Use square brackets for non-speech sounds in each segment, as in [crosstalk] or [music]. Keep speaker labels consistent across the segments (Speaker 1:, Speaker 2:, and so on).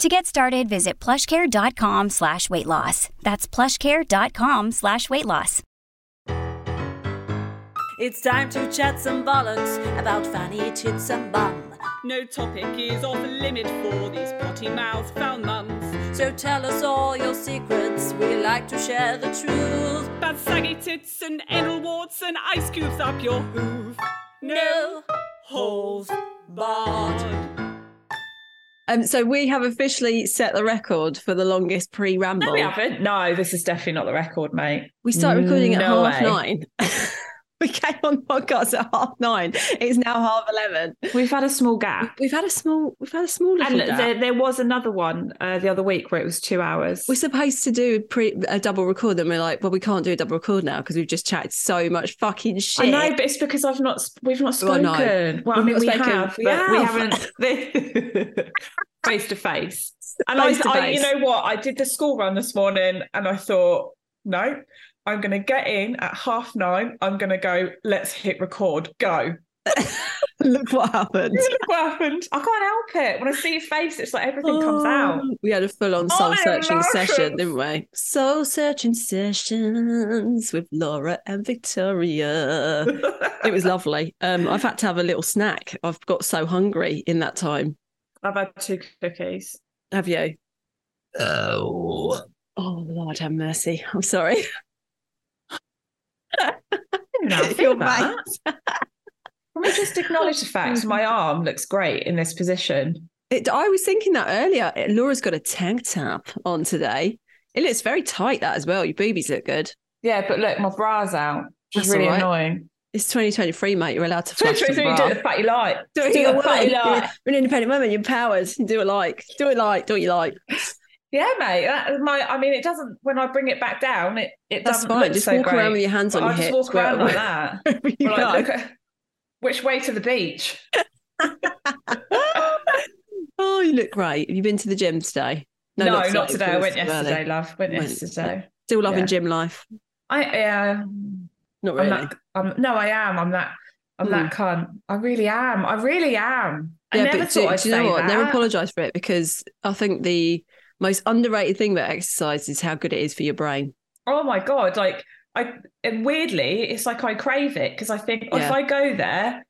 Speaker 1: To get started, visit plushcare.com slash weight loss. That's plushcare.com slash weight loss.
Speaker 2: It's time to chat some bollocks about fanny tits and bum.
Speaker 3: No topic is off limit for these potty mouthed foul mums.
Speaker 2: So tell us all your secrets. We like to share the truth.
Speaker 3: Bad saggy tits and anal warts and ice cubes up your hoof.
Speaker 2: No holes barred.
Speaker 4: Um, so we have officially set the record for the longest pre-ramble.
Speaker 5: No, we haven't. No, this is definitely not the record, mate.
Speaker 4: We started recording at
Speaker 5: No
Speaker 4: half
Speaker 5: way.
Speaker 4: nine. [laughs] we came on podcast at half nine. It's now half eleven.
Speaker 5: We've had a small gap.
Speaker 4: We've had a small. We've had a small little
Speaker 5: And
Speaker 4: gap.
Speaker 5: there, there was another one uh, the other week where it was two hours.
Speaker 4: We're supposed to do a, pre- a double record, and we're like, well, we can't do a double record now because we've just chatted so much fucking shit.
Speaker 5: I know, but it's because I've not. sp- We've not
Speaker 4: Well,
Speaker 5: spoken.
Speaker 4: no.
Speaker 5: Well, I
Speaker 4: We've
Speaker 5: mean,
Speaker 4: not
Speaker 5: we
Speaker 4: spoken.
Speaker 5: have,
Speaker 4: We
Speaker 5: but we
Speaker 4: have.
Speaker 5: [laughs] haven't face to face. And I,
Speaker 4: Face to
Speaker 5: I, you
Speaker 4: face.
Speaker 5: know what? I did the school run this morning, and I thought, no, I'm going to get in at half nine. I'm going to go. Let's hit record. Go.
Speaker 4: [laughs] Look what happened.
Speaker 5: Look what happened. I can't help it. When I see your face, it's like everything
Speaker 3: Oh.
Speaker 5: comes out. Oh,
Speaker 4: Um, We had a full-on soul
Speaker 5: my
Speaker 4: searching session,
Speaker 5: emotions.
Speaker 4: didn't we? Soul searching sessions with Laura and Victoria. It was lovely. Um, I've had to have a little snack. I've got so hungry in that time.
Speaker 5: I've had two cookies.
Speaker 4: Have you? Oh, oh Lord, have mercy. I'm sorry.
Speaker 5: No,
Speaker 4: [laughs]
Speaker 5: I feel
Speaker 4: Your
Speaker 5: that.
Speaker 4: [laughs]
Speaker 5: Can we just acknowledge the fact my arm looks great in this position?
Speaker 4: It, I was thinking that earlier. Laura's got a tank top on today. It looks very tight, that as well. Your boobies look good.
Speaker 5: Yeah, but look, my bra's out, which
Speaker 4: That's
Speaker 5: is really
Speaker 4: all right.
Speaker 5: annoying.
Speaker 4: It's 2023, mate. You're allowed to
Speaker 5: So, [laughs]
Speaker 4: flash
Speaker 5: so,
Speaker 4: the
Speaker 5: so you
Speaker 4: bra.
Speaker 5: do it the fatty light.
Speaker 4: Do it
Speaker 5: Do
Speaker 4: your
Speaker 5: the
Speaker 4: way.
Speaker 5: fatty
Speaker 4: You're
Speaker 5: light.
Speaker 4: an independent woman. You're empowered. Do it like. Do it like. Do what you like.
Speaker 5: Yeah, mate. That, my, I mean, it doesn't. When I bring it back down, it it
Speaker 4: That's
Speaker 5: doesn't
Speaker 4: fine.
Speaker 5: look
Speaker 4: Just
Speaker 5: so
Speaker 4: walk
Speaker 5: great.
Speaker 4: around with your hands on
Speaker 5: I
Speaker 4: your
Speaker 5: just
Speaker 4: hips.
Speaker 5: walk around
Speaker 4: where-
Speaker 5: like that.
Speaker 4: wherever [laughs] you
Speaker 5: Or like,
Speaker 4: go.
Speaker 5: look at- which way to
Speaker 4: [laughs]
Speaker 5: the beach? [laughs]
Speaker 4: oh, you look great. Have you been to the gym today?
Speaker 5: No, not, today. I
Speaker 4: because
Speaker 5: went
Speaker 4: it's too early.
Speaker 5: yesterday, love. Went
Speaker 4: Went-
Speaker 5: yesterday.
Speaker 4: Still loving
Speaker 5: Yeah.
Speaker 4: gym life.
Speaker 5: I uh,
Speaker 4: Not really.
Speaker 5: I'm
Speaker 4: Hmm.
Speaker 5: that. I'm, no, I am. I'm that. I'm that cunt. I really am. I really am. I
Speaker 4: yeah,
Speaker 5: never
Speaker 4: but
Speaker 5: thought
Speaker 4: do,
Speaker 5: I'd
Speaker 4: do you know
Speaker 5: say
Speaker 4: what?
Speaker 5: that.
Speaker 4: Never apologise for it because I think the most underrated thing about exercise is how good it is for your brain.
Speaker 5: oh my god! Like I, and weirdly, it's like I crave it because I think oh, if
Speaker 4: Yeah.
Speaker 5: I go there,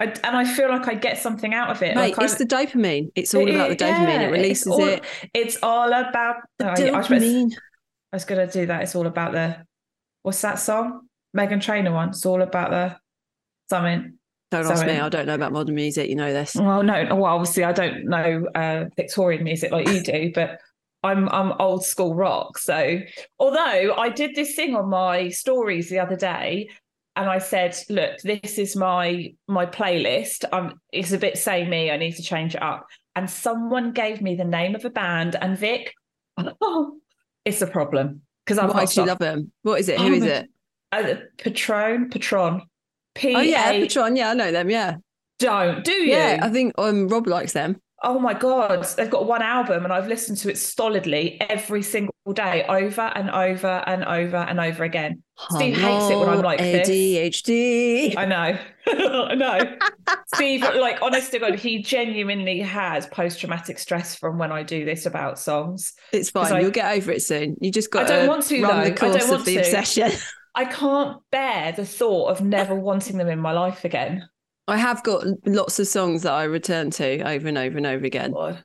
Speaker 5: I and I feel like I get something out of it.
Speaker 4: Mate,
Speaker 5: like
Speaker 4: it's
Speaker 5: I'm-
Speaker 4: the dopamine. It's all
Speaker 5: It-
Speaker 4: about the
Speaker 5: it-
Speaker 4: dopamine.
Speaker 5: yeah,
Speaker 4: it releases
Speaker 5: it's all,
Speaker 4: it.
Speaker 5: It's all about.
Speaker 4: The
Speaker 5: oh, yeah, I, was, about to-
Speaker 4: dopamine.
Speaker 5: I was gonna do that. It's all about the. What's that song? Megan Trainor one. It's all about the something.
Speaker 4: Don't ask
Speaker 5: Sorry. Mm,
Speaker 4: me. I don't know about modern music. You know this.
Speaker 5: Well, no, well, obviously I don't know uh, Victorian music like you do, but I'm I'm old school rock. So, although I did this thing on my stories the other day, and I said, "Look, this is my my playlist. Um, it's a bit samey. I need to change it up." And someone gave me the name of a band, and Vic, oh, it's a problem because I've
Speaker 4: Why
Speaker 5: got
Speaker 4: do you love them? What is it?
Speaker 5: Oh
Speaker 4: Who is
Speaker 5: my-
Speaker 4: it?
Speaker 5: uh, Patron, Patron, P
Speaker 4: Oh yeah,
Speaker 5: A.
Speaker 4: Patron. Yeah, I know them. Yeah,
Speaker 5: Don't do you?
Speaker 4: yeah. I think um, Rob likes them.
Speaker 5: Oh my God, they've got one album and I've listened to it stolidly every single day, over and over and over and over again. Steve hates it when I'm like this.
Speaker 4: ADHD.
Speaker 5: I know. [laughs] I know. Steve, like, honest to God, he genuinely has post traumatic stress from when I do this about songs.
Speaker 4: It's
Speaker 5: 'Cause
Speaker 4: fine.
Speaker 5: I-
Speaker 4: You'll get over it soon. You just got.
Speaker 5: I don't want to,
Speaker 4: run the
Speaker 5: though. I don't
Speaker 4: course of
Speaker 5: want
Speaker 4: the
Speaker 5: to.
Speaker 4: obsession.
Speaker 5: I can't bear the thought of never wanting them in my life again.
Speaker 4: I have got lots of songs that I return to over and over and over again.
Speaker 5: God.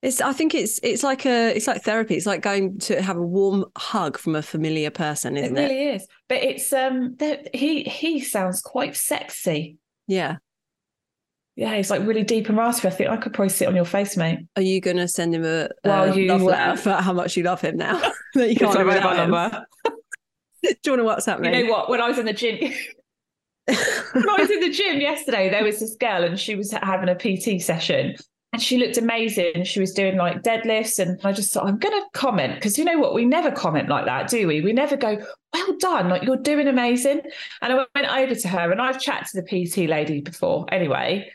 Speaker 4: It's. I think it's. It's like a. It's like therapy. It's like going to have a warm hug from a familiar person,
Speaker 5: It
Speaker 4: isn't it?
Speaker 5: really is. But it's um there- he he sounds quite sexy.
Speaker 4: Yeah.
Speaker 5: yeah, it's like really deep and raspy. I think I could probably sit on your face, mate.
Speaker 4: Are you going to send him a,
Speaker 5: Well,
Speaker 4: a
Speaker 5: you,
Speaker 4: love
Speaker 5: uh,
Speaker 4: letter for how much you love him now? [laughs] that you
Speaker 5: It's
Speaker 4: can't
Speaker 5: my
Speaker 4: do without
Speaker 5: mobile
Speaker 4: him.
Speaker 5: number.
Speaker 4: [laughs] Do you want to WhatsApp
Speaker 5: You
Speaker 4: me?
Speaker 5: know what? When I was in the gym,
Speaker 4: [laughs]
Speaker 5: [laughs] when I was in the gym yesterday, there was this girl and she was having a PT session and she looked amazing. She was doing like deadlifts. And I just thought, I'm going to comment because you know what? We never comment like that, do we? We never go, well done, like you're doing amazing. And I went over to her and I've chatted to the PT lady before anyway.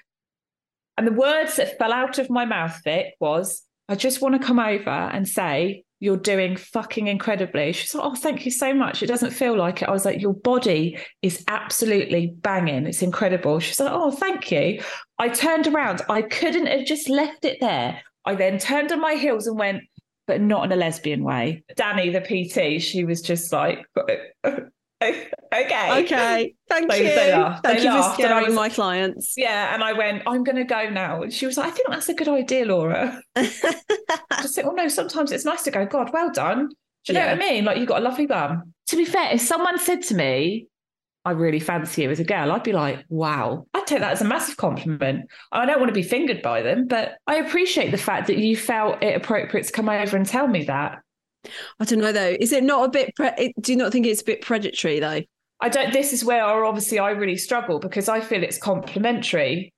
Speaker 5: And the words that fell out of my mouth, Vic, was, I just want to come over and say, you're doing fucking incredibly. She's like, oh, thank you so much. It doesn't feel like it. I was like, your body is absolutely banging. It's incredible. She's like, oh, thank you. I turned around. I couldn't have just left it there. I then turned on my heels and went, but not in a lesbian way. Danny, the PT, she was just like, [laughs] okay.
Speaker 4: okay. Thank
Speaker 5: They-
Speaker 4: you.
Speaker 5: they laugh.
Speaker 4: Thank
Speaker 5: They
Speaker 4: you for
Speaker 5: laugh. They're
Speaker 4: scaring
Speaker 5: always-
Speaker 4: my clients.
Speaker 5: Yeah. And I went, I'm going to go now. And she was like, I think that's a good idea, [laughs] Laura. I just think, oh no, sometimes it's nice to go, God, well done. Do you know
Speaker 4: Yeah.
Speaker 5: what I mean? Like you've got a lovely bum. To be fair, if someone said to me, I really fancy you as a girl, I'd be like, wow. I'd take that as a massive compliment. I don't want to be fingered by them, but I appreciate the fact that you felt it appropriate to come over and tell me that.
Speaker 4: I don't know though. Is it not a bit? Pre- it- do you not think it's a bit predatory though?
Speaker 5: I don't this is where I- obviously I really struggle because I feel it's complimentary.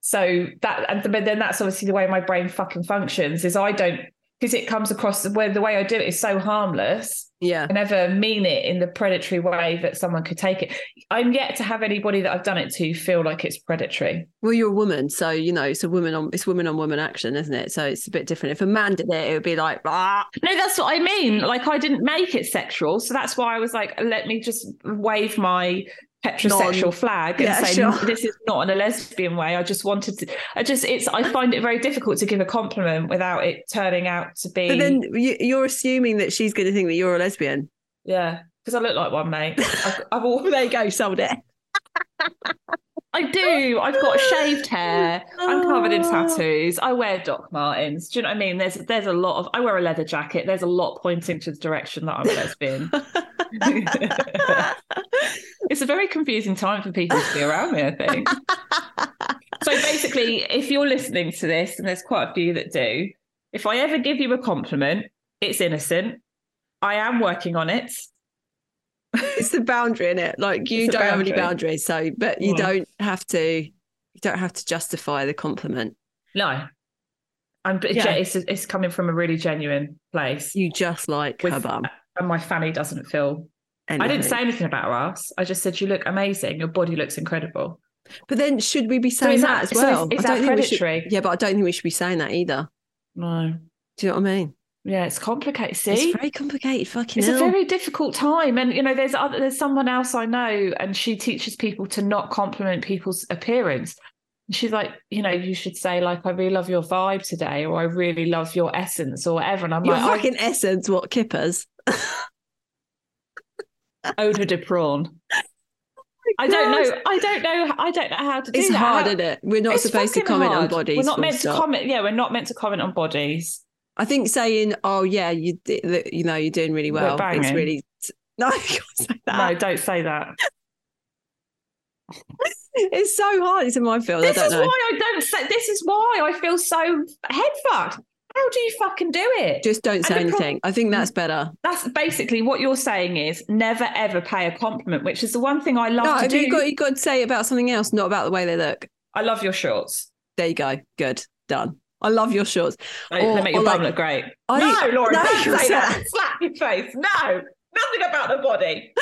Speaker 5: So that and but then that's obviously the way my brain fucking functions is I don't because it comes across where the way I do it is so harmless.
Speaker 4: Yeah.
Speaker 5: I never mean it in the predatory way that someone could take it. I'm yet to have anybody that I've done it to feel like it's predatory.
Speaker 4: Well, you're a woman, so you know it's a woman on it's woman on woman action, isn't it? So it's a bit different. If a man did it, it would be like, ah,
Speaker 5: No, that's what I mean. Like I didn't make it sexual, so that's why I was like, let me just wave my heterosexual
Speaker 4: Non-
Speaker 5: flag and
Speaker 4: Yeah,
Speaker 5: say
Speaker 4: sure.
Speaker 5: this is not in a lesbian way. I just wanted to. I just it's. I find it very difficult to give a compliment without it turning out to be.
Speaker 4: But then you, you're assuming that she's going to think that you're a
Speaker 5: [laughs]
Speaker 4: lesbian.
Speaker 5: yeah, because I look like one, mate. I've, I've
Speaker 4: Well,
Speaker 5: all, [laughs]
Speaker 4: there you go, sold it.
Speaker 5: I do. I've got shaved hair. I'm covered in tattoos. I wear Doc Martens. Do you know what I mean? There's there's a lot of. I wear a leather jacket. There's a lot pointing to the direction that I'm a lesbian. it's a very confusing time for people to be around me. I think. so basically, if you're listening to this, and there's quite a few that do, if I ever give you a compliment, it's innocent. I am working on it.
Speaker 4: it's the boundary in it. Like you
Speaker 5: It's the
Speaker 4: don't have any
Speaker 5: boundary. Mm.
Speaker 4: boundaries, so but you
Speaker 5: Yeah.
Speaker 4: don't have to. You don't have to justify the compliment.
Speaker 5: No, I'm. but
Speaker 4: Yeah.
Speaker 5: It's it's coming from a really genuine place.
Speaker 4: You just like her
Speaker 5: With-
Speaker 4: bum.
Speaker 5: and my fanny doesn't feel. I didn't
Speaker 4: anything.
Speaker 5: say anything about her ass. I just said you look amazing. Your body looks incredible.
Speaker 4: But then, should we be saying
Speaker 5: is
Speaker 4: that,
Speaker 5: that-
Speaker 4: as
Speaker 5: so is-
Speaker 4: well?
Speaker 5: is
Speaker 4: I don't
Speaker 5: that
Speaker 4: think we should-
Speaker 5: predatory?
Speaker 4: yeah, but I don't think we should be saying that either.
Speaker 5: No.
Speaker 4: Do you know what I mean?
Speaker 5: Yeah, it's complicated. See,
Speaker 4: It's very complicated. Fucking
Speaker 5: It's a
Speaker 4: hell.
Speaker 5: very difficult time, and you know, there's other, there's someone else I know, and she teaches people to not compliment people's appearance. And she's like, you know, you should say like, I really love your vibe today, or I really love your essence, or whatever. And I'm
Speaker 4: Your
Speaker 5: like, "Oh,
Speaker 4: fucking essence, what kippers?
Speaker 5: I odor de [laughs] prawn. I don't know. I don't know. I don't know how to do
Speaker 4: It's
Speaker 5: that.
Speaker 4: hard,
Speaker 5: How-
Speaker 4: isn't it? We're not
Speaker 5: It's
Speaker 4: supposed to
Speaker 5: fucking
Speaker 4: comment on
Speaker 5: hard.
Speaker 4: bodies.
Speaker 5: We're not
Speaker 4: full
Speaker 5: meant
Speaker 4: stop.
Speaker 5: to comment. Yeah, we're not meant to comment on bodies.
Speaker 4: I think saying, "Oh yeah, you di- that- you know you're doing really
Speaker 5: We're
Speaker 4: well," it's
Speaker 5: banging.
Speaker 4: really [laughs] no, you can't say
Speaker 5: No,
Speaker 4: that.
Speaker 5: don't say that.
Speaker 4: [laughs] It's so hard. It's a minefield.
Speaker 5: This
Speaker 4: I don't
Speaker 5: is
Speaker 4: know.
Speaker 5: why I don't say. This is why I feel so head fucked. How do you fucking do it?
Speaker 4: Just don't say
Speaker 5: the prob-
Speaker 4: anything. I think that's better.
Speaker 5: That's basically what you're saying is never ever pay a compliment, which is the one thing I love
Speaker 4: No,
Speaker 5: to
Speaker 4: but
Speaker 5: do.
Speaker 4: you got you got to say about something else, not about the way they look.
Speaker 5: I love your shorts.
Speaker 4: There you go. Good. Done. I love your shorts.
Speaker 5: They,
Speaker 4: Or-
Speaker 5: they make your
Speaker 4: or
Speaker 5: bum
Speaker 4: like-
Speaker 5: look great.
Speaker 4: I-
Speaker 5: no, Laura,
Speaker 4: No,
Speaker 5: don't say
Speaker 4: you
Speaker 5: that.
Speaker 4: can't.
Speaker 5: Slap your face. No, nothing about the body.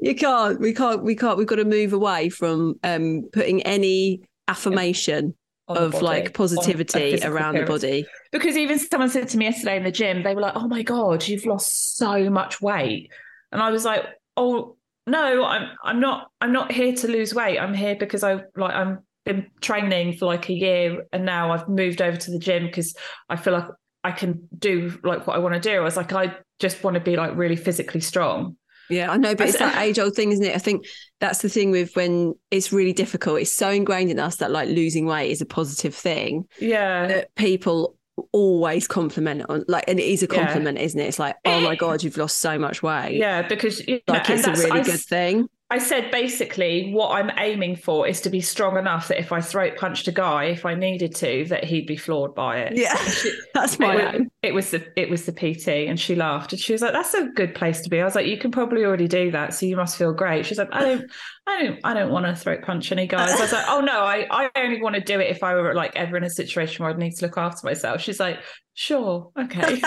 Speaker 4: You can't. We can't. We can't. We've got to move away from um, putting any affirmation
Speaker 5: On the
Speaker 4: of
Speaker 5: body. On
Speaker 4: like
Speaker 5: a
Speaker 4: positivity
Speaker 5: physical
Speaker 4: around the
Speaker 5: appearance.
Speaker 4: body.
Speaker 5: Because even someone said to me yesterday in the gym, they were like, "Oh my god, you've lost so much weight," and I was like, "Oh no, I'm I'm not I'm not here to lose weight. I'm here because I like I'm been training for like a year, and now I've moved over to the gym because I feel like I can do like what I want to do. I was like, I just want to be like really physically strong.
Speaker 4: Yeah, I know, but
Speaker 5: I
Speaker 4: it's
Speaker 5: said-
Speaker 4: that age old thing, isn't it? I think that's the thing with when it's really difficult. It's so ingrained in us that like losing weight is a positive thing
Speaker 5: Yeah,
Speaker 4: that people always compliment on. Like, and it is a
Speaker 5: Yeah.
Speaker 4: compliment, isn't it? It's like, oh my
Speaker 5: It-
Speaker 4: god, you've lost so much weight.
Speaker 5: yeah, because you know,
Speaker 4: Like
Speaker 5: and
Speaker 4: it's a
Speaker 5: that's-
Speaker 4: really
Speaker 5: I
Speaker 4: good thing.
Speaker 5: I said basically what I'm aiming for is to be strong enough that if I throat punched a guy, if I needed to, that he'd be floored by it.
Speaker 4: Yeah, [laughs]
Speaker 5: [laughs]
Speaker 4: that's
Speaker 5: It
Speaker 4: my
Speaker 5: was,
Speaker 4: aim.
Speaker 5: it was the it was the PT, and she laughed, and she was like, "That's a good place to be." I was like, "You can probably already do that, so you must feel great." She's like, "I don't, I don't, I don't want to throat punch any guys." I was like, "Oh no, I, I only want to do it if I were like ever in a situation where I'd need to look after myself." She's like, "Sure, [laughs] okay."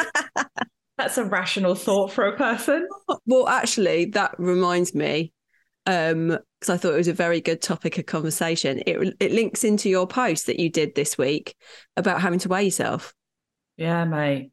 Speaker 5: That's a rational thought for a person.
Speaker 4: Well, actually, that reminds me um because I thought it was a very good topic of conversation. It it links into your post that you did this week about having to weigh yourself.
Speaker 5: Yeah, mate.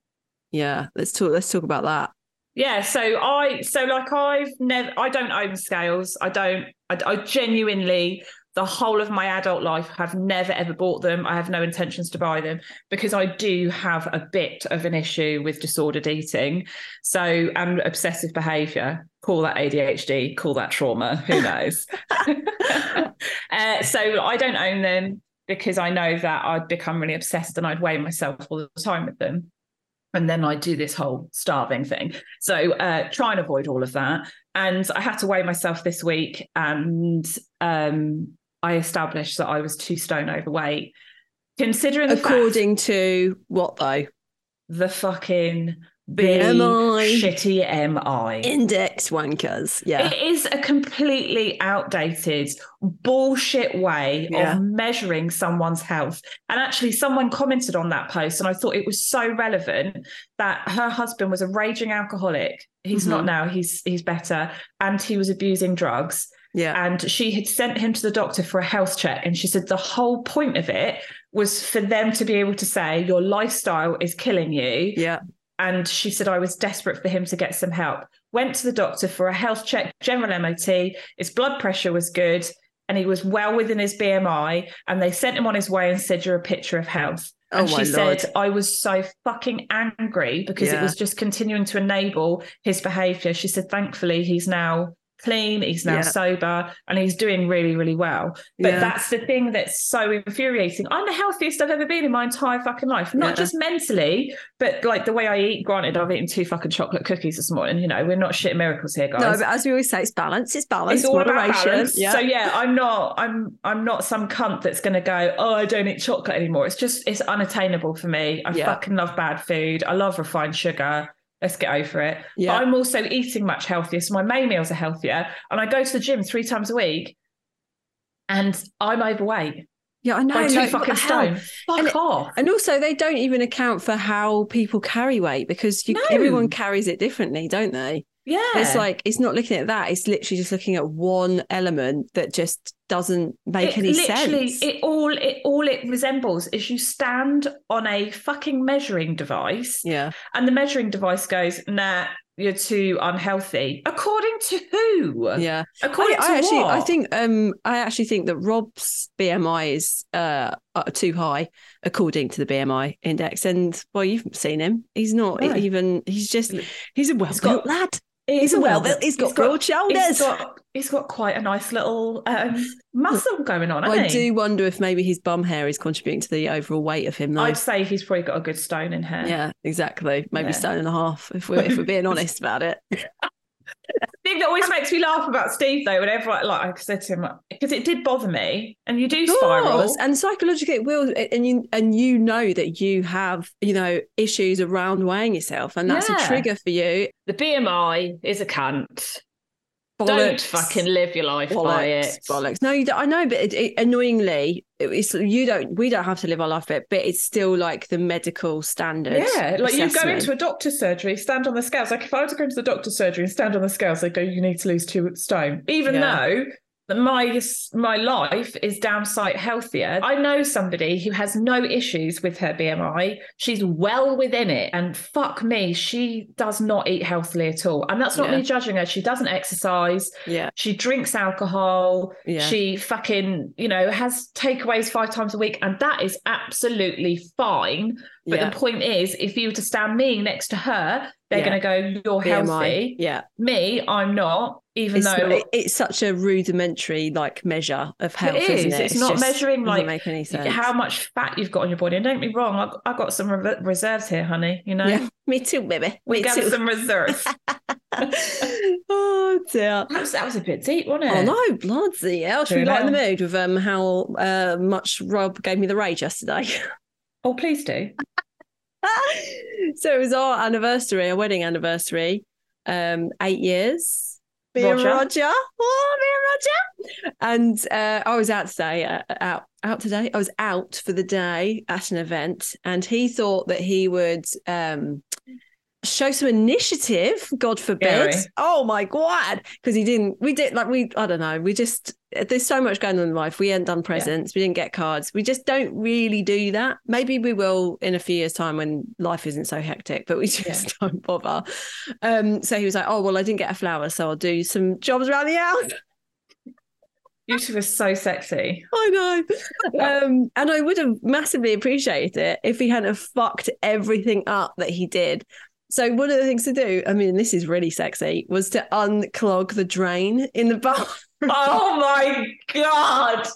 Speaker 4: Yeah, let's talk. Let's talk about that.
Speaker 5: Yeah, so I so like I've never I don't own scales. I don't I, I genuinely the whole of my adult life have never ever bought them. I have no intentions to buy them because I do have a bit of an issue with disordered eating. So and obsessive behavior. Call that ADHD, call that trauma, who knows. [laughs] uh, so I don't own them because I know that I'd become really obsessed and I'd weigh myself all the time with them. And then I do this whole starving thing. So uh, try and avoid all of that. And I had to weigh myself this week, and um, I established that I was two stone overweight. Considering the fact
Speaker 4: According to what though?
Speaker 5: the fucking big
Speaker 4: BMI.
Speaker 5: shitty MI.
Speaker 4: Index wankers. Yeah.
Speaker 5: It is a completely outdated bullshit way
Speaker 4: Yeah.
Speaker 5: of measuring someone's health. And actually, someone commented on that post, and I thought it was so relevant that her husband was a raging alcoholic. He's
Speaker 4: Mhm.
Speaker 5: not now; he's he's better, and he was abusing drugs.
Speaker 4: Yeah.
Speaker 5: And she had sent him to the doctor for a health check, and she said the whole point of it was for them to be able to say your lifestyle is killing you
Speaker 4: Yeah.
Speaker 5: and she said I was desperate for him to get some help. Went to the doctor for a health check, general MOT. His blood pressure was good, and he was well within his BMI. And they sent him on his way and said, "You're a picture of health."
Speaker 4: Oh my
Speaker 5: and she
Speaker 4: lord.
Speaker 5: said, "I was so fucking angry because
Speaker 4: Yeah.
Speaker 5: it was just continuing to enable his behaviour." She said, "Thankfully, he's now." clean he's now
Speaker 4: Yeah.
Speaker 5: sober and he's doing really really well but
Speaker 4: Yeah.
Speaker 5: that's [laughs] the thing that's so infuriating i'm the healthiest i've ever been in my entire fucking life not
Speaker 4: Yeah.
Speaker 5: just mentally but like the way I eat, granted, I've eaten two fucking chocolate cookies this morning. You know, we're not shit miracles here, guys.
Speaker 4: No, but as we always say, it's balance. It's balance.
Speaker 5: it's all about
Speaker 4: moderation.
Speaker 5: balance.
Speaker 4: Yeah.
Speaker 5: So yeah, I'm not, I'm, I'm not some cunt that's going to go, oh, I don't eat chocolate anymore. It's just, it's unattainable for me. I
Speaker 4: Yeah.
Speaker 5: fucking love bad food. I love refined sugar. Let's get over it.
Speaker 4: Yeah.
Speaker 5: But I'm also eating much healthier, so my main meals are healthier, and I go to the gym three times a week, and I'm overweight
Speaker 4: yeah, I know.
Speaker 5: by two
Speaker 4: like, what
Speaker 5: fucking
Speaker 4: the hell?
Speaker 5: stone. Fuck
Speaker 4: And-
Speaker 5: off.
Speaker 4: And also, they don't even account for how people carry weight because you,
Speaker 5: No.
Speaker 4: everyone carries it differently, don't they?
Speaker 5: yeah,
Speaker 4: It's like it's not looking at that; it's literally just looking at one element that just doesn't make
Speaker 5: it
Speaker 4: any
Speaker 5: literally,
Speaker 4: sense.
Speaker 5: It all it all it resembles is you stand on a fucking measuring device,
Speaker 4: yeah,
Speaker 5: and the measuring device goes, "Nah, you're too unhealthy." According to who?
Speaker 4: yeah. I,
Speaker 5: According to
Speaker 4: I actually,
Speaker 5: what?
Speaker 4: I think, um, I actually think that Rob's BMI is uh uh, too high according to the BMI index. And well, you've seen him; he's not
Speaker 5: No.
Speaker 4: even. He's just he's a well-built
Speaker 5: got-
Speaker 4: lad.
Speaker 5: It
Speaker 4: He's
Speaker 5: is
Speaker 4: a well
Speaker 5: well-
Speaker 4: He's got broad shoulders.
Speaker 5: He's got he's got quite a nice little um, muscle going on.
Speaker 4: I
Speaker 5: hasn't he?
Speaker 4: do wonder if maybe his bum hair is contributing to the overall weight of him, though.
Speaker 5: I'd say he's probably got a good stone in hair.
Speaker 4: yeah, exactly. Maybe
Speaker 5: Yeah.
Speaker 4: stone and a half, if we're if we're
Speaker 5: [laughs]
Speaker 4: being honest about it.
Speaker 5: thing that always makes me laugh about Steve though, whenever I, like I said to him, because it did bother me, and you do spiral.
Speaker 4: Course, And psychologically, it will. And you and you know that you have you know issues around weighing yourself, and that's a
Speaker 5: Yeah.
Speaker 4: trigger for you.
Speaker 5: The BMI is a cunt. Don't
Speaker 4: Bollocks.
Speaker 5: fucking live your life by
Speaker 4: Bollocks,
Speaker 5: it.
Speaker 4: bollocks. No, you don't, I know, but it, it, annoyingly, it- it's you don't. We don't have to live our life, but but it's still like the medical standard.
Speaker 5: Yeah, like you go
Speaker 4: assessment.
Speaker 5: into a doctor's surgery, stand on the scales. Like if I were to go into the doctor's surgery and stand on the scales, they go, "You need to lose two stone," even
Speaker 4: Yeah.
Speaker 5: though that my my life is damn sight healthier. I know somebody who has no issues with her BMI. She's well within it, and fuck me, she does not eat healthily at all. And that's not
Speaker 4: Yeah.
Speaker 5: me judging her. She doesn't exercise.
Speaker 4: yeah,
Speaker 5: She drinks alcohol.
Speaker 4: yeah.
Speaker 5: She fucking, you know, has takeaways five times a week, and that is absolutely fine. But
Speaker 4: yeah.
Speaker 5: the point is, if you were to stand me next to her, they're
Speaker 4: Yeah.
Speaker 5: going to go, "You're
Speaker 4: BMI.
Speaker 5: healthy."
Speaker 4: Yeah.
Speaker 5: Me, I'm not. Even
Speaker 4: it's,
Speaker 5: though
Speaker 4: not- it- it's such a rudimentary like measure of health,
Speaker 5: It
Speaker 4: isn't
Speaker 5: is.
Speaker 4: it?
Speaker 5: It's not measuring,
Speaker 4: doesn't
Speaker 5: like,
Speaker 4: make any sense.
Speaker 5: how much fat you've got on your body, and don't be wrong, I've, I've got some re- reserves here, honey. You know,
Speaker 4: Yeah, me too, baby.
Speaker 5: we
Speaker 4: me
Speaker 5: got
Speaker 4: too.
Speaker 5: some reserves.
Speaker 4: [laughs] oh dear.
Speaker 5: That was, that was a bit deep, wasn't it?
Speaker 4: Oh no, bloody hell! Should we
Speaker 5: True
Speaker 4: lighten the
Speaker 5: now.
Speaker 4: mood with um how uh, much Rob gave me the rage yesterday? [laughs]
Speaker 5: Oh, please do.
Speaker 4: so it was our anniversary, our wedding anniversary, um, eight years. Me and
Speaker 5: Roger.
Speaker 4: Roger. Oh, me and Roger. And uh, I was out today, uh, out out today. I was out for the day at an event, and he thought that he would um, show some initiative. God forbid.
Speaker 5: Scary.
Speaker 4: Oh my god! Because he didn't. We did like we. I don't know. We just there's so much going on in life. We hadn't done presents. We didn't get cards. We just don't really do that. Maybe we will in a few years' time when life isn't so hectic, but we [laughs] just don't bother. Um, so he was like, "Oh well, I didn't get a flower, so I'll do some jobs around the house."
Speaker 5: You two are so sexy.
Speaker 4: [laughs] I know, um, and I would have massively appreciated it if he hadn't have fucked everything up that he did. So one of the things to do, I mean, this is really sexy, was to unclog the drain in the
Speaker 5: [laughs]
Speaker 4: bath.
Speaker 5: Oh my god.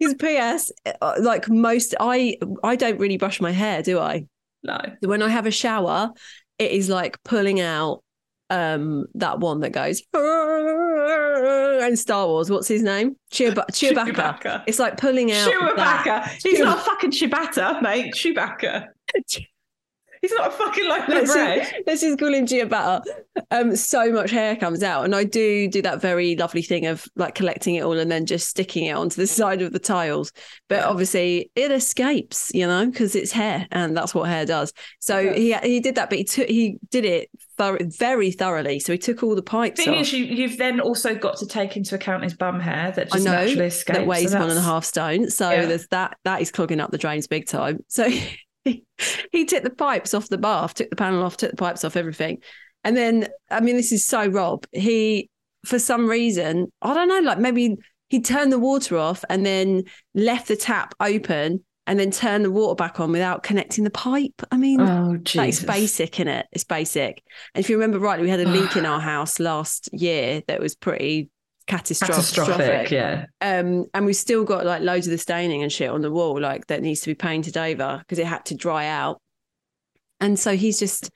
Speaker 4: His PS, uh, like most, I I don't really brush my hair, do I?
Speaker 5: no.
Speaker 4: when I have a shower, it is like pulling out um that one that goes and Star Wars. What's his name? Chewba- Chewbacca.
Speaker 5: [laughs] Chewbacca.
Speaker 4: It's like pulling out. that.
Speaker 5: Chewbacca. He's not a fucking Chewbacca, mate. [laughs] Chewbacca. He's not a fucking loaf of
Speaker 4: Let's
Speaker 5: bread.
Speaker 4: just, [laughs] let's just call him Chewbacca. Um, so much hair comes out, and I do do that very lovely thing of like collecting it all and then just sticking it onto the [laughs] side of the tiles. But obviously, it escapes, you know, because it's hair, and that's what hair does. So he he did that, but he took he did it thor- very thoroughly. So he took all the pipes.
Speaker 5: thing
Speaker 4: off.
Speaker 5: is, you, you've then also got to take into account his bum hair that
Speaker 4: I
Speaker 5: just
Speaker 4: know
Speaker 5: naturally escapes.
Speaker 4: that weighs
Speaker 5: so
Speaker 4: one and a
Speaker 5: that's-
Speaker 4: half stone. So
Speaker 5: Yeah.
Speaker 4: there's that that is clogging up the drains big time. So [laughs] he, he took the pipes off the bath, took the panel off, took the pipes off, everything. And then I mean, this is so Rob. He for some reason, I don't know, like maybe he turned the water off and then left the tap open and then turned the water back on without connecting the pipe. I mean,
Speaker 5: Oh,
Speaker 4: like,
Speaker 5: Jesus.
Speaker 4: it's basic in it. It's basic. And if you remember rightly, we had a leak
Speaker 5: [sighs]
Speaker 4: in our house last year that was pretty
Speaker 5: Catastrophic, yeah.
Speaker 4: um, and we've still got like loads of the staining and shit on the wall, like that needs to be painted over because it had to dry out. And so he's just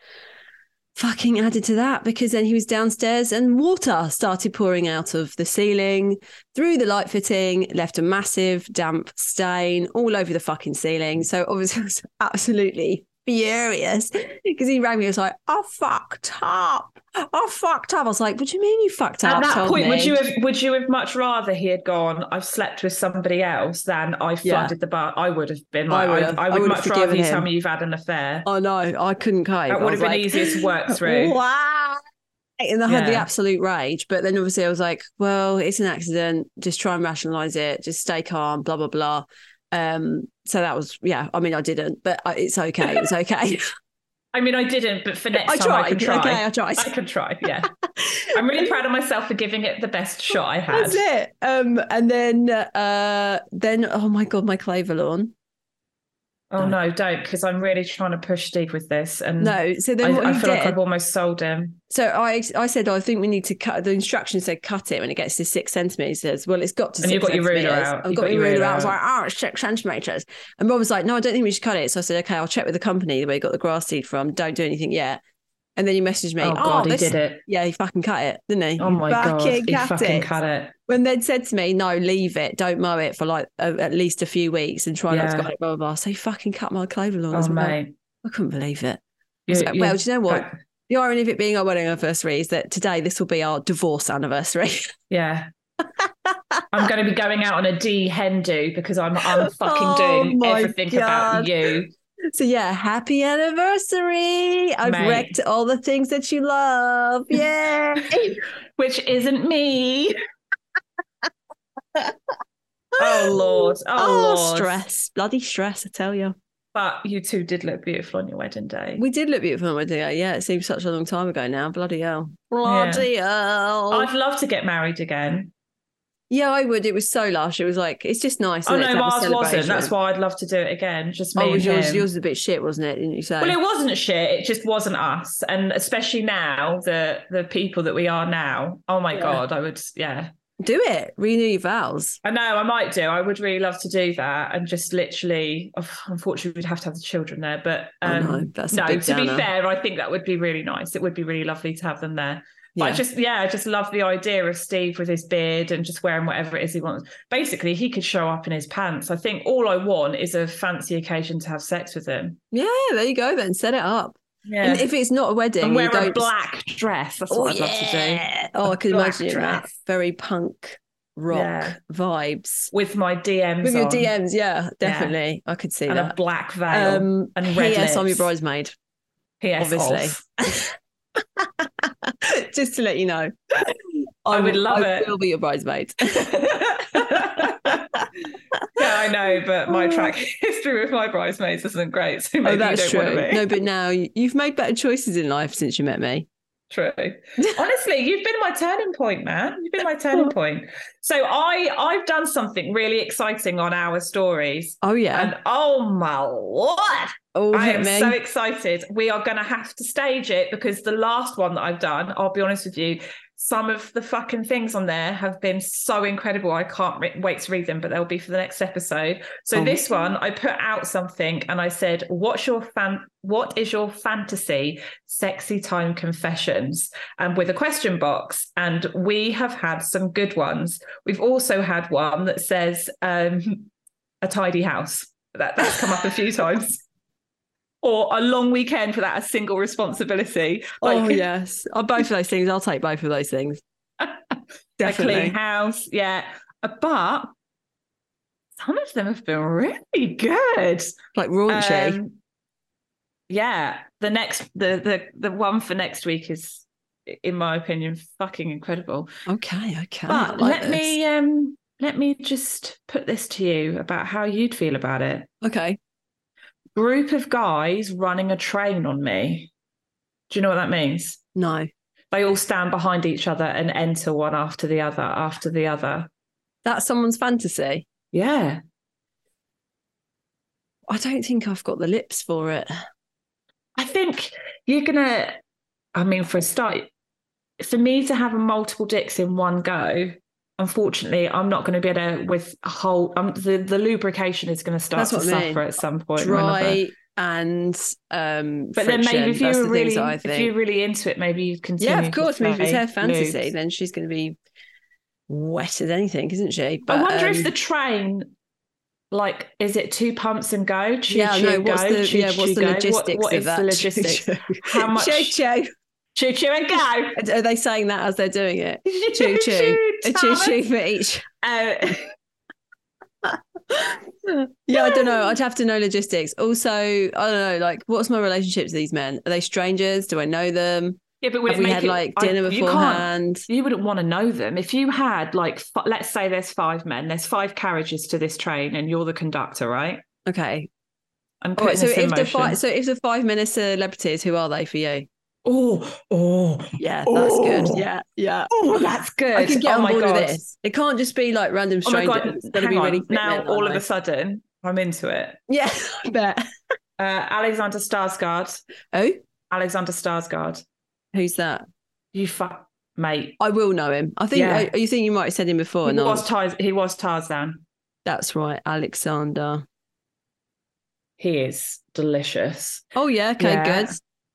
Speaker 4: fucking added to that because then he was downstairs and water started pouring out of the ceiling through the light fitting, left a massive damp stain all over the fucking ceiling. So obviously, I was [laughs] absolutely furious because he rang me. He was like, "I fucked up. I fucked up." I was like, "What do you mean you fucked up?"
Speaker 5: At that
Speaker 4: Told
Speaker 5: point, would
Speaker 4: me.
Speaker 5: you have would you have much rather he had gone? I've slept with somebody else than I flooded
Speaker 4: Yeah.
Speaker 5: the bar. I would have been
Speaker 4: I
Speaker 5: like, I
Speaker 4: would
Speaker 5: would,
Speaker 4: have.
Speaker 5: I,
Speaker 4: I
Speaker 5: would
Speaker 4: would have
Speaker 5: much rather you
Speaker 4: forgiven
Speaker 5: tell
Speaker 4: him.
Speaker 5: me you've had an affair.
Speaker 4: I know. Oh, I couldn't cope.
Speaker 5: That
Speaker 4: I
Speaker 5: would
Speaker 4: was
Speaker 5: have been
Speaker 4: like,
Speaker 5: easier
Speaker 4: [laughs]
Speaker 5: to [laughs] work through.
Speaker 4: "Why?" And I had the
Speaker 5: Yeah.
Speaker 4: absolute rage. But then obviously I was like, well, it's an accident. Just try and rationalize it. Just stay calm, blah, blah, blah. Um, so that was, yeah, I mean, I didn't, but I, it's okay.
Speaker 5: [laughs]
Speaker 4: It was okay.
Speaker 5: I mean, I didn't, but for next
Speaker 4: I
Speaker 5: time, I can
Speaker 4: tried.
Speaker 5: try.
Speaker 4: Okay, I tried.
Speaker 5: I can try. Yeah, I'm really proud of myself for giving it the best shot I had.
Speaker 4: [laughs] That's it. Um, and then, uh, then, oh my God, my clover lawn.
Speaker 5: Oh no, don't, because I'm really trying to push deep with this, and
Speaker 4: No. So
Speaker 5: Mm. I,
Speaker 4: then what
Speaker 5: I
Speaker 4: we
Speaker 5: feel like
Speaker 4: did.
Speaker 5: I've almost sold him.
Speaker 4: so I, I said, oh, I think we need to cut. The instruction said cut it when it gets to six centimeters. He says, well, it's got to.
Speaker 5: And
Speaker 4: six
Speaker 5: you've got your ruler
Speaker 4: centimeters.
Speaker 5: out.
Speaker 4: I've
Speaker 5: You've
Speaker 4: got,
Speaker 5: got
Speaker 4: your
Speaker 5: your
Speaker 4: ruler
Speaker 5: ruler
Speaker 4: out. I was
Speaker 5: out.
Speaker 4: like, oh, it's six centimeters. And Rob was like, no, I don't think we should cut it. So I said, okay, I'll check with the company where you got the grass seed from. Don't do anything yet. And then he messaged me.
Speaker 5: oh god, he
Speaker 4: this-
Speaker 5: did it.
Speaker 4: Yeah, he fucking cut it, didn't he?
Speaker 5: Oh my god,
Speaker 4: fucking
Speaker 5: he
Speaker 4: cut
Speaker 5: fucking
Speaker 4: it.
Speaker 5: cut it.
Speaker 4: When they'd said to me, no, leave it, don't mow it for like a, at least a few weeks and try not to
Speaker 5: Yeah.
Speaker 4: cut it, blah, blah, blah. So he fucking cut my clover lawn
Speaker 5: Oh
Speaker 4: as well.
Speaker 5: mate,
Speaker 4: I couldn't believe it.
Speaker 5: You-
Speaker 4: So, well, do you know what?
Speaker 5: But-
Speaker 4: The irony of it being our wedding anniversary is that today this will be our divorce anniversary.
Speaker 5: Yeah.
Speaker 4: [laughs]
Speaker 5: I'm going to be going out on a D hen do because I'm I'm fucking
Speaker 4: Oh
Speaker 5: doing
Speaker 4: my
Speaker 5: everything
Speaker 4: God. [laughs]
Speaker 5: about you.
Speaker 4: So yeah, happy anniversary! I've
Speaker 5: Mate.
Speaker 4: wrecked all the things that you
Speaker 5: [laughs]
Speaker 4: love. Yeah.
Speaker 5: which isn't
Speaker 4: [laughs]
Speaker 5: me. oh lord, oh, lord.
Speaker 4: stress, bloody stress! I tell you,
Speaker 5: But you two did look beautiful on your wedding day.
Speaker 4: we did look beautiful on my day. Yeah, it seems such a long time ago now. Bloody hell! Bloody hell!
Speaker 5: I'd love to get married again.
Speaker 4: yeah, I would. It was so lush. It was like it's just nice.
Speaker 5: Oh
Speaker 4: isn't it, to have
Speaker 5: no,
Speaker 4: a
Speaker 5: ours wasn't.
Speaker 4: celebration.
Speaker 5: That's why I'd love to do it again. Just me
Speaker 4: Oh,
Speaker 5: and
Speaker 4: was yours,
Speaker 5: him.
Speaker 4: yours was a bit shit, wasn't it? Didn't you say?
Speaker 5: Well, it wasn't shit. It just wasn't us, and especially now the the people that we are now. Oh my
Speaker 4: Yeah.
Speaker 5: god, I would yeah.
Speaker 4: do it. Renew your vows.
Speaker 5: I know I might do. I would really love to do that, and just literally, oh, unfortunately, we'd have to have the children there. But
Speaker 4: I
Speaker 5: um,
Speaker 4: know, that's a
Speaker 5: no,
Speaker 4: big
Speaker 5: to be
Speaker 4: downer.
Speaker 5: fair, I think that would be really nice. It would be really lovely to have them there. But I
Speaker 4: Yeah.
Speaker 5: just, yeah, I just love the idea of Steve with his beard and just wearing whatever it is he wants. Basically, he could show up in his pants. I think all I want is a fancy occasion to have sex with him.
Speaker 4: Yeah, there you go then. Set it up.
Speaker 5: Yeah,
Speaker 4: And if it's not a wedding,
Speaker 5: and wear
Speaker 4: you don't...
Speaker 5: a black dress. That's what I'd love to do.
Speaker 4: Oh, I can
Speaker 5: black
Speaker 4: imagine it. Matt.
Speaker 5: dress.
Speaker 4: Very punk rock
Speaker 5: Yeah.
Speaker 4: vibes.
Speaker 5: with my DMs
Speaker 4: With your
Speaker 5: on
Speaker 4: DMs, yeah, definitely. I could see
Speaker 5: and a
Speaker 4: that.
Speaker 5: black veil.
Speaker 4: Um,
Speaker 5: and red
Speaker 4: P.S. I'm your
Speaker 5: lips.
Speaker 4: bridesmaid. [laughs]
Speaker 5: P.S.
Speaker 4: obviously.
Speaker 5: off.
Speaker 4: Just to let you know,
Speaker 5: I would love
Speaker 4: I
Speaker 5: it.
Speaker 4: Will be your
Speaker 5: [laughs]
Speaker 4: bridesmaid. Oh,
Speaker 5: yeah, I know, but my track [laughs] history with my bridesmaids isn't great, so maybe
Speaker 4: oh,
Speaker 5: you
Speaker 4: that's
Speaker 5: don't
Speaker 4: true.
Speaker 5: want to be.
Speaker 4: No, but now you- you've made better choices in life since you met me.
Speaker 5: [laughs] True. Honestly, you've been my turning point, man.
Speaker 4: [laughs]
Speaker 5: You've been my turning point. So I I've done something really exciting on our stories.
Speaker 4: Oh yeah.
Speaker 5: And oh my lord,
Speaker 4: oh,
Speaker 5: I
Speaker 4: hit
Speaker 5: am
Speaker 4: me.
Speaker 5: so excited. We are going to have to stage it because the last one that I've done, I'll be honest with you, some of the fucking things on there have been so incredible. I can't re- wait to read them, but they'll be for the next episode. So
Speaker 4: Oh.
Speaker 5: this one, I put out something and I said, "What's your fan? What is your fantasy sexy time confessions?" And um, with a question box, and we have had some good ones. We've also had one that says, um, "A tidy house." That, that's come up
Speaker 4: [laughs]
Speaker 5: a few times or a long weekend without a single responsibility. Like [laughs]
Speaker 4: oh yes. Oh, both of those things. I'll take both of those things.
Speaker 5: a clean
Speaker 4: Definitely.
Speaker 5: house. Yeah. Uh, But some of them have been really good.
Speaker 4: Like raunchy.
Speaker 5: Um, yeah. The next the the the one for next week is in my opinion fucking incredible.
Speaker 4: okay. Okay. I
Speaker 5: But
Speaker 4: like
Speaker 5: let me um let me just put this to you about how you'd feel about it.
Speaker 4: this. Okay.
Speaker 5: Group of guys running a train on me. Do you know what that means?
Speaker 4: No,
Speaker 5: they all stand behind each other and enter one after the other after the other
Speaker 4: that's someone's fantasy.
Speaker 5: yeah
Speaker 4: I don't think I've got the lips for it.
Speaker 5: i think you're gonna i mean for a start for me to have multiple dicks in one go unfortunately i'm not going to be able to with a whole um, the, the lubrication is going to start
Speaker 4: That's
Speaker 5: to
Speaker 4: what I mean.
Speaker 5: suffer at some point or another.
Speaker 4: Dry and um,
Speaker 5: but then maybe if you
Speaker 4: that's
Speaker 5: were
Speaker 4: the
Speaker 5: really
Speaker 4: things that I
Speaker 5: if
Speaker 4: think.
Speaker 5: you're really into it maybe you continue
Speaker 4: yeah, of
Speaker 5: to
Speaker 4: course. Maybe if it's
Speaker 5: play
Speaker 4: her fantasy,
Speaker 5: lubes.
Speaker 4: then she's going to be wet as anything, isn't she?
Speaker 5: i wonder if
Speaker 4: um,
Speaker 5: the train like is it two pumps and go choo,
Speaker 4: yeah,
Speaker 5: choo,
Speaker 4: no, what's
Speaker 5: go,
Speaker 4: the,
Speaker 5: choo,
Speaker 4: yeah, what's
Speaker 5: choo,
Speaker 4: the
Speaker 5: go?
Speaker 4: logistics
Speaker 5: what, what
Speaker 4: of
Speaker 5: is
Speaker 4: that? [laughs]
Speaker 5: the logistics
Speaker 4: Choo, choo.
Speaker 5: How much-
Speaker 4: Choo choo.
Speaker 5: Choo choo and go.
Speaker 4: Are they saying that as they're doing it? Choo
Speaker 5: [laughs]
Speaker 4: choo. A choo choo for each.
Speaker 5: Uh,
Speaker 4: Yeah, I don't know. I'd have to know logistics. Also, I don't know. Like, what's my relationship to these men? Are they strangers? Do I know them?
Speaker 5: yeah, but would
Speaker 4: have
Speaker 5: it
Speaker 4: we
Speaker 5: make
Speaker 4: had
Speaker 5: it-
Speaker 4: like
Speaker 5: I-
Speaker 4: dinner
Speaker 5: You, can't-
Speaker 4: beforehand?
Speaker 5: you wouldn't want to know them if you had like, f- let's say there's five men. There's five carriages to this train, and you're the conductor, right?
Speaker 4: Okay.
Speaker 5: I'm
Speaker 4: All
Speaker 5: putting
Speaker 4: right. Oh, So
Speaker 5: this in
Speaker 4: if the
Speaker 5: motion.
Speaker 4: five, so if the five men are celebrities, who are they for you?
Speaker 5: oh, oh,
Speaker 4: Yeah, that's good.
Speaker 5: Oh.
Speaker 4: Yeah, yeah.
Speaker 5: oh, that's good.
Speaker 4: I can get
Speaker 5: oh
Speaker 4: on
Speaker 5: my
Speaker 4: board
Speaker 5: god.
Speaker 4: with this. It can't just be like random
Speaker 5: Oh my
Speaker 4: strangers.
Speaker 5: god.
Speaker 4: It's gotta
Speaker 5: Hang
Speaker 4: be
Speaker 5: on.
Speaker 4: really fit
Speaker 5: now
Speaker 4: men,
Speaker 5: all of
Speaker 4: aren't
Speaker 5: a sudden, I'm into it.
Speaker 4: they? Yeah, I bet.
Speaker 5: Uh, Alexander Starsgard. [laughs]
Speaker 4: Oh,
Speaker 5: Alexander Starsgard.
Speaker 4: who's that?
Speaker 5: You fuck, mate.
Speaker 4: I will know him. I think.
Speaker 5: Yeah.
Speaker 4: oh, you think you might have said him before?
Speaker 5: he
Speaker 4: Oh, No,
Speaker 5: was Tarz- He was Tarzan.
Speaker 4: that's right, Alexander.
Speaker 5: He is delicious.
Speaker 4: Oh yeah, okay,
Speaker 5: Yeah.
Speaker 4: good.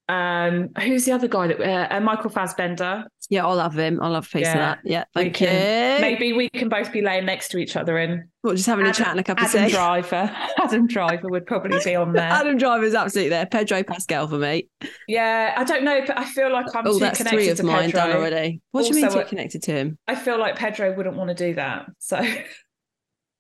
Speaker 5: Um, who's the other guy that uh, uh, Michael Fassbender?
Speaker 4: Yeah, I'll have him. I'll have a piece
Speaker 5: Yeah.
Speaker 4: of that. Yeah,
Speaker 5: We
Speaker 4: thank you.
Speaker 5: can- Maybe we can both be laying next to each other in
Speaker 4: Well, just having a
Speaker 5: Adam-
Speaker 4: chat and a cup of
Speaker 5: Adam
Speaker 4: tea. [laughs]
Speaker 5: Driver. [laughs] Adam Driver would probably be on there.
Speaker 4: Adam Driver's absolutely there. Pedro Pascal for me.
Speaker 5: Yeah, I don't know, but I feel like I'm
Speaker 4: oh,
Speaker 5: too
Speaker 4: that's
Speaker 5: connected
Speaker 4: three of
Speaker 5: to
Speaker 4: mine done
Speaker 5: Pedro.
Speaker 4: already. What do you mean
Speaker 5: Also,
Speaker 4: too
Speaker 5: uh,
Speaker 4: connected to him?
Speaker 5: I feel like Pedro wouldn't want to do that, so [laughs]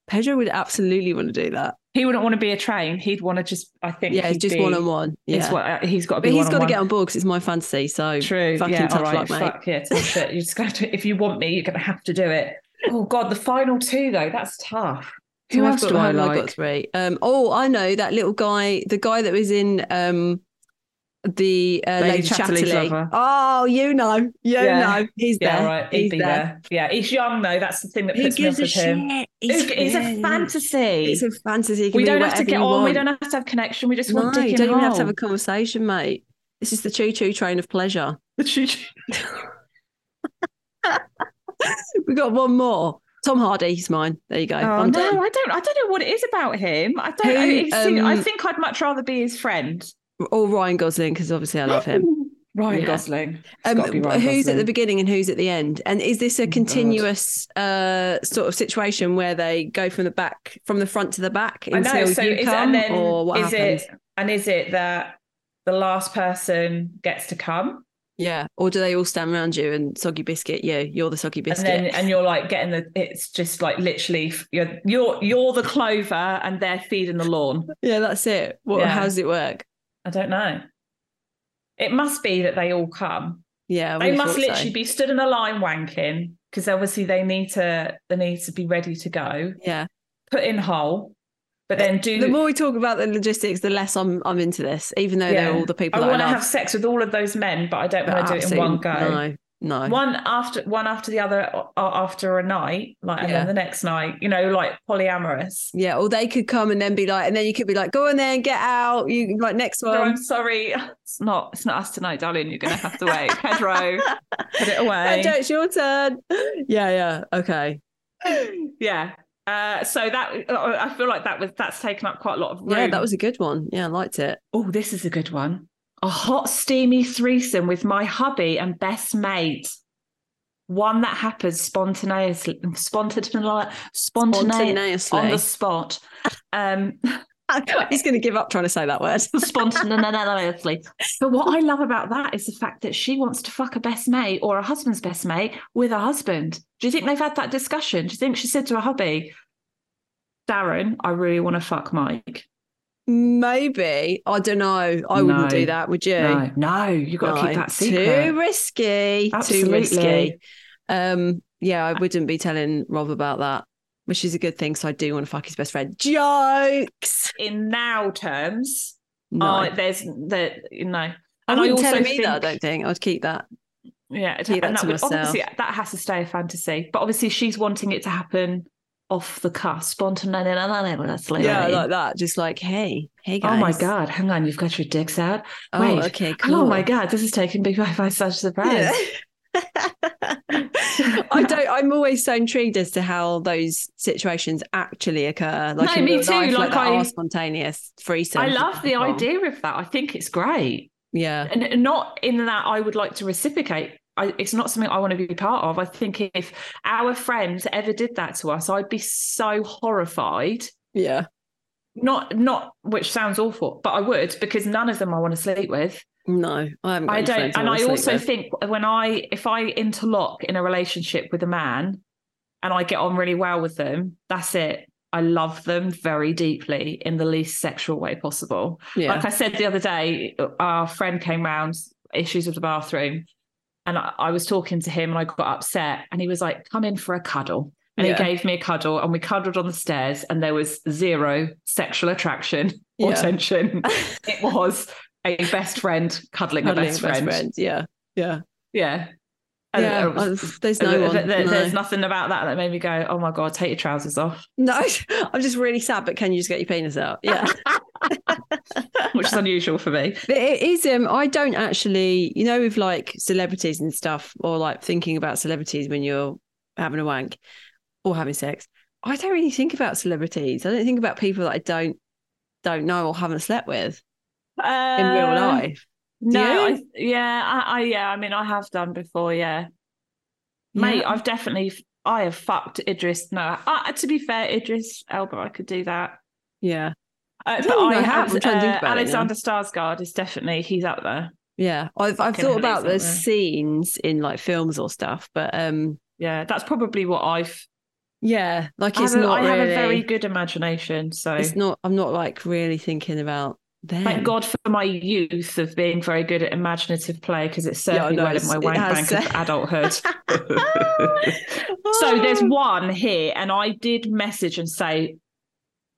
Speaker 4: Pedro would absolutely want to do that.
Speaker 5: he wouldn't want to be a train. He'd want to just, I think,
Speaker 4: Yeah, it's
Speaker 5: he'd
Speaker 4: just
Speaker 5: be-
Speaker 4: one on one. Yeah.
Speaker 5: It's what uh, he's got to be.
Speaker 4: But he's got to
Speaker 5: one-on-one.
Speaker 4: get on board because it's my fantasy. So
Speaker 5: True.
Speaker 4: Fucking
Speaker 5: yeah.
Speaker 4: tough
Speaker 5: all right.
Speaker 4: luck, mate.
Speaker 5: Fuck yeah. Tough shit. You just got to. If you want me, you're going to have to do it. Oh God, the final two though. That's tough. Who
Speaker 4: So I've
Speaker 5: else
Speaker 4: got-
Speaker 5: do I
Speaker 4: have
Speaker 5: like?
Speaker 4: got three. Um, oh, I know that little guy, the guy that was in um, the uh,
Speaker 5: Lady
Speaker 4: Lady
Speaker 5: Chatterley's
Speaker 4: Chatterley.
Speaker 5: lover.
Speaker 4: Oh, you know, you
Speaker 5: Yeah.
Speaker 4: know, he's
Speaker 5: yeah.
Speaker 4: there.
Speaker 5: all right. He'd
Speaker 4: He's
Speaker 5: be
Speaker 4: there.
Speaker 5: there. Yeah. He's young though. That's the thing that
Speaker 4: Who
Speaker 5: puts me off
Speaker 4: gives a
Speaker 5: with him.
Speaker 4: shit?
Speaker 5: It's, it's a fantasy.
Speaker 4: It's a fantasy. It can
Speaker 5: we
Speaker 4: be
Speaker 5: don't have to
Speaker 4: whatever
Speaker 5: get
Speaker 4: you
Speaker 5: on. We
Speaker 4: want.
Speaker 5: don't have to have connection. We just
Speaker 4: No,
Speaker 5: want
Speaker 4: you
Speaker 5: dick
Speaker 4: don't
Speaker 5: and
Speaker 4: even have to have a
Speaker 5: hole.
Speaker 4: conversation, mate.
Speaker 5: [laughs]
Speaker 4: This is the choo-choo train of pleasure. we got one more. Tom Hardy, he's mine. There you go.
Speaker 5: Oh,
Speaker 4: I'm
Speaker 5: no,
Speaker 4: done.
Speaker 5: I don't. I don't know what it is about him. I don't.
Speaker 4: Who,
Speaker 5: I, it's- I
Speaker 4: um,
Speaker 5: think I'd much rather be his friend.
Speaker 4: Or Ryan Gosling, because obviously I love
Speaker 5: [laughs]
Speaker 4: him.
Speaker 5: Ryan
Speaker 4: Yeah.
Speaker 5: Gosling. It's
Speaker 4: Um,
Speaker 5: gotta be Ryan
Speaker 4: who's at the
Speaker 5: Gosling.
Speaker 4: beginning and who's at the end? And is this a
Speaker 5: God.
Speaker 4: continuous uh, sort of situation where they go from the back, from the front to the back
Speaker 5: I
Speaker 4: until
Speaker 5: know. So
Speaker 4: you
Speaker 5: is,
Speaker 4: come,
Speaker 5: and then
Speaker 4: or what
Speaker 5: is
Speaker 4: happens?
Speaker 5: it? And is it that the last person gets to come,
Speaker 4: Yeah. Or do they all stand around you and soggy biscuit? Yeah, you're the soggy biscuit.
Speaker 5: and then and you're like getting the? It's just like literally f- you're you're you're the clover, and they're feeding the lawn.
Speaker 4: [laughs] yeah, that's it. What?
Speaker 5: Yeah.
Speaker 4: How does it work?
Speaker 5: I don't know. It must be that they all come.
Speaker 4: Yeah, I
Speaker 5: they
Speaker 4: would've
Speaker 5: must
Speaker 4: thought
Speaker 5: literally
Speaker 4: so.
Speaker 5: be stood in a line wanking because obviously they need to they need to be ready to go [laughs]
Speaker 4: Yeah.
Speaker 5: put in hole but then do
Speaker 4: The more we talk about the logistics, the less I'm I'm into this. Even though
Speaker 5: Yeah.
Speaker 4: they're all the
Speaker 5: i
Speaker 4: people that I
Speaker 5: want to
Speaker 4: love.
Speaker 5: have sex with all of those men but i don't
Speaker 4: but
Speaker 5: want to do it in
Speaker 4: absolutely
Speaker 5: one go
Speaker 4: No, no.
Speaker 5: one after one after the other a- after a night like and
Speaker 4: Yeah.
Speaker 5: then the next night you know like polyamorous
Speaker 4: Yeah, or they could come and then be like, and then you could be like, go in there and get out. You like next
Speaker 5: no,
Speaker 4: one. [laughs]
Speaker 5: I'm sorry. [laughs] It's not. It's not us tonight, darling. You're gonna have
Speaker 4: [laughs]
Speaker 5: to wait. Pedro, put it away.
Speaker 4: Joe, it's your turn. [laughs] Yeah, yeah. Okay.
Speaker 5: Yeah. Uh, so that I feel like that was that's taken up quite a lot of room.
Speaker 4: Yeah, that was a good one. Yeah, I liked it.
Speaker 5: Oh, this is a good one. A hot, steamy threesome with my hubby and best mate. One that happens spontaneously, spontaneously, spontaneously
Speaker 4: Spontaneously. [laughs]
Speaker 5: on the spot. Um,
Speaker 4: He's going to give up trying to say that word.
Speaker 5: spontaneously. But what I love about that is the fact that she wants to fuck a best mate or a husband's best mate with her husband. Do you think they've had that discussion? Do you think she said to her hubby, Darren, I really want to fuck Mike?
Speaker 4: Maybe. I don't know. I
Speaker 5: No.
Speaker 4: wouldn't do that, would you?
Speaker 5: No, no, you've got to
Speaker 4: No,
Speaker 5: keep that secret.
Speaker 4: Too risky.
Speaker 5: Absolutely.
Speaker 4: Too risky. Um, yeah, I wouldn't be telling Rob about that, which is a good thing. So I do want to fuck his best friend. Jokes.
Speaker 5: in now terms,
Speaker 4: No.
Speaker 5: uh, there's that you know.
Speaker 4: I
Speaker 5: and I
Speaker 4: wouldn't
Speaker 5: also
Speaker 4: tell him
Speaker 5: think-
Speaker 4: either, I don't think. I'd keep that.
Speaker 5: Yeah, it-
Speaker 4: Keep that
Speaker 5: and that
Speaker 4: to
Speaker 5: would, obviously
Speaker 4: myself.
Speaker 5: that has to stay a fantasy, but obviously she's wanting it to happen off the cuff, spontaneously.
Speaker 4: Yeah, like that. Just like, hey, hey guys.
Speaker 5: Oh my god! Hang on, you've got your dicks out.
Speaker 4: Oh,
Speaker 5: Wait.
Speaker 4: okay, cool.
Speaker 5: Oh my god, this is taking me [laughs] by, by such surprise. [laughs]
Speaker 4: I don't. I'm always so intrigued as to how those situations actually occur. Like
Speaker 5: No,
Speaker 4: in
Speaker 5: me
Speaker 4: real
Speaker 5: too,
Speaker 4: Life,
Speaker 5: like
Speaker 4: like, that
Speaker 5: I-
Speaker 4: are spontaneous threesomes.
Speaker 5: I love the
Speaker 4: Oh,
Speaker 5: idea of that. I think it's great,
Speaker 4: Yeah,
Speaker 5: and and not in that I would like to reciprocate. I, it's not something I want to be part of. I think if our friends ever did that to us, I'd be so horrified.
Speaker 4: yeah,
Speaker 5: not not which sounds awful but i would because none of them i want to sleep with
Speaker 4: no, I haven't. Got
Speaker 5: i
Speaker 4: any
Speaker 5: don't
Speaker 4: friends
Speaker 5: and
Speaker 4: wanna
Speaker 5: i
Speaker 4: sleep
Speaker 5: also
Speaker 4: with.
Speaker 5: think when i if i interlock in a relationship with a man and i get on really well with them that's it i love them very deeply in the least sexual way possible
Speaker 4: yeah,
Speaker 5: like i said the other day our friend came round issues with the bathroom and I, I was talking to him and i got upset and he was like come in for a cuddle and
Speaker 4: Yeah.
Speaker 5: he gave me a cuddle and we cuddled on the stairs and there was zero sexual attraction or
Speaker 4: Yeah. [laughs]
Speaker 5: tension. It was a best friend cuddling,
Speaker 4: Cuddling
Speaker 5: a best, friend.
Speaker 4: Yeah, yeah,
Speaker 5: Yeah. And
Speaker 4: yeah.
Speaker 5: it was-
Speaker 4: I- there's no
Speaker 5: there-
Speaker 4: one.
Speaker 5: there-
Speaker 4: no.
Speaker 5: There's nothing about that that made me go, oh my God, take your trousers off,
Speaker 4: [laughs] no, I'm just really sad. But can you just get your penis [laughs] out? Yeah. [laughs]
Speaker 5: which is unusual for me.
Speaker 4: But It is. Um, I don't actually, you know, with like celebrities and stuff, or like thinking about celebrities when you're having a wank or having sex. I don't really think about celebrities. I don't think about people that I don't don't know or haven't slept with in real
Speaker 5: Uh,
Speaker 4: life.
Speaker 5: No,
Speaker 4: you?
Speaker 5: I, yeah, I, I, yeah, I mean, I have done before, yeah. Mate,
Speaker 4: Yeah.
Speaker 5: I've definitely, I have fucked Idris. No, uh, to be fair, Idris Elba, I could do that.
Speaker 4: Yeah,
Speaker 5: Uh,
Speaker 4: don't
Speaker 5: but
Speaker 4: think
Speaker 5: I
Speaker 4: I have.
Speaker 5: have.
Speaker 4: I'm trying to think about
Speaker 5: uh,
Speaker 4: it now.
Speaker 5: Alexander Skarsgård is definitely he's up there.
Speaker 4: yeah. I've I've
Speaker 5: Fucking
Speaker 4: thought
Speaker 5: hell,
Speaker 4: about
Speaker 5: isn't
Speaker 4: the
Speaker 5: there?
Speaker 4: scenes in like films or stuff, but um,
Speaker 5: Yeah, that's probably what I've.
Speaker 4: yeah, like
Speaker 5: I,
Speaker 4: it's
Speaker 5: have, a,
Speaker 4: not
Speaker 5: I have a
Speaker 4: really.
Speaker 5: very good imagination, so
Speaker 4: It's not. I'm not like really thinking about them. [laughs]
Speaker 5: thank God [laughs] for my youth of being very good at imaginative play because it's
Speaker 4: Yeah, I
Speaker 5: certainly
Speaker 4: know,
Speaker 5: well in
Speaker 4: it's-
Speaker 5: my
Speaker 4: it
Speaker 5: wank
Speaker 4: has,
Speaker 5: bank
Speaker 4: [laughs]
Speaker 5: of
Speaker 4: uh,
Speaker 5: adulthood. so
Speaker 4: [laughs]
Speaker 5: there's one here, and I did message and say,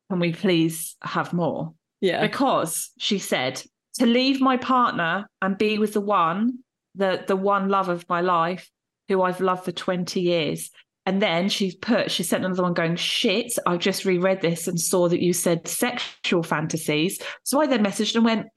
Speaker 5: "Can we please have more?"
Speaker 4: yeah.
Speaker 5: because she said to leave my partner and be with the one the the one love of my life who I've loved for 20 years and then she's put she sent another one going shit I just reread this and saw that you said sexual fantasies so I then messaged and went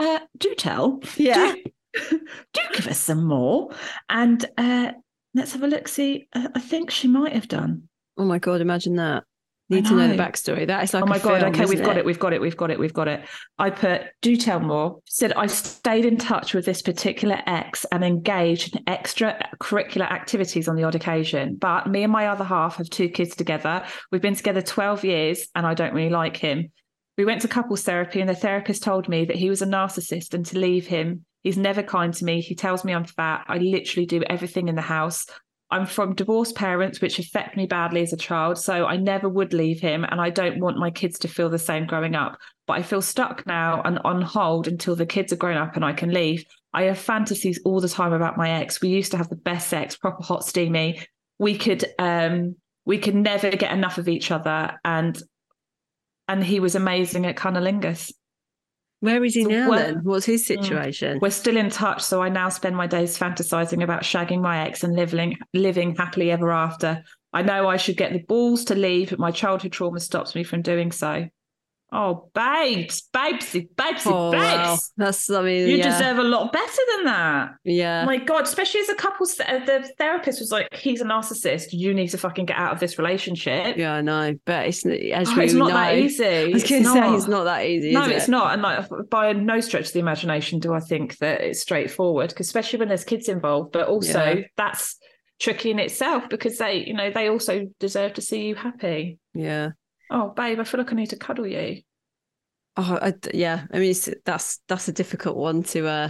Speaker 5: uh, do tell
Speaker 4: Yeah.
Speaker 5: do, do give us some more and uh Let's have a look. See, uh, I, I think she might have done.
Speaker 4: Oh my god, imagine that. Need to know the
Speaker 5: know.
Speaker 4: backstory. That is like
Speaker 5: oh my
Speaker 4: a
Speaker 5: god!
Speaker 4: film,
Speaker 5: okay, we've
Speaker 4: isn't
Speaker 5: got
Speaker 4: it?
Speaker 5: it. We've got it. We've got it. We've got it. I put. Do tell more. Said I stayed in touch with this particular ex and engaged in extracurricular activities on the odd occasion. But me and my other half have two kids together. We've been together twelve years, and I don't really like him. We went to couples therapy, and the therapist told me that he was a narcissist and to leave him. He's never kind to me. He tells me I'm fat. I literally do everything in the house. I'm from divorced parents, which affect me badly as a child. So I never would leave him. And I don't want my kids to feel the same growing up. But I feel stuck now and on hold until the kids are grown up and I can leave. I have fantasies all the time about my ex. We used to have the best sex, proper hot, steamy. We could, um, we could never get enough of each other. And, and he was amazing at cunnilingus.
Speaker 4: Where is he
Speaker 5: So Hmm.
Speaker 4: now
Speaker 5: what-
Speaker 4: then? What's his situation?
Speaker 5: We're still in touch, so I now spend my days fantasizing about shagging my ex and living living happily ever after. I know I should get the balls to leave, but my childhood trauma stops me from doing so. Oh, babes, babesy, babesy,
Speaker 4: Oh,
Speaker 5: babes.
Speaker 4: wow. That's I mean,
Speaker 5: You
Speaker 4: yeah,
Speaker 5: deserve a lot better than that.
Speaker 4: yeah.
Speaker 5: My God, especially as a couple, uh, the therapist was like, "He's a narcissist. You need to fucking get out of this relationship."
Speaker 4: yeah, I know, but it's as
Speaker 5: Oh,
Speaker 4: we
Speaker 5: it's not
Speaker 4: know,
Speaker 5: that easy.
Speaker 4: I was going to say it's not that easy.
Speaker 5: No,
Speaker 4: is
Speaker 5: it's
Speaker 4: it?
Speaker 5: not. And like by no stretch of the imagination do I think that it's straightforward, 'cause especially when there's kids involved. But also
Speaker 4: Yeah.
Speaker 5: that's tricky in itself because they, you know, they also deserve to see you happy.
Speaker 4: Yeah.
Speaker 5: Oh, babe, I feel like I need to cuddle you.
Speaker 4: Oh, I, yeah. I mean, it's, that's that's a difficult one to uh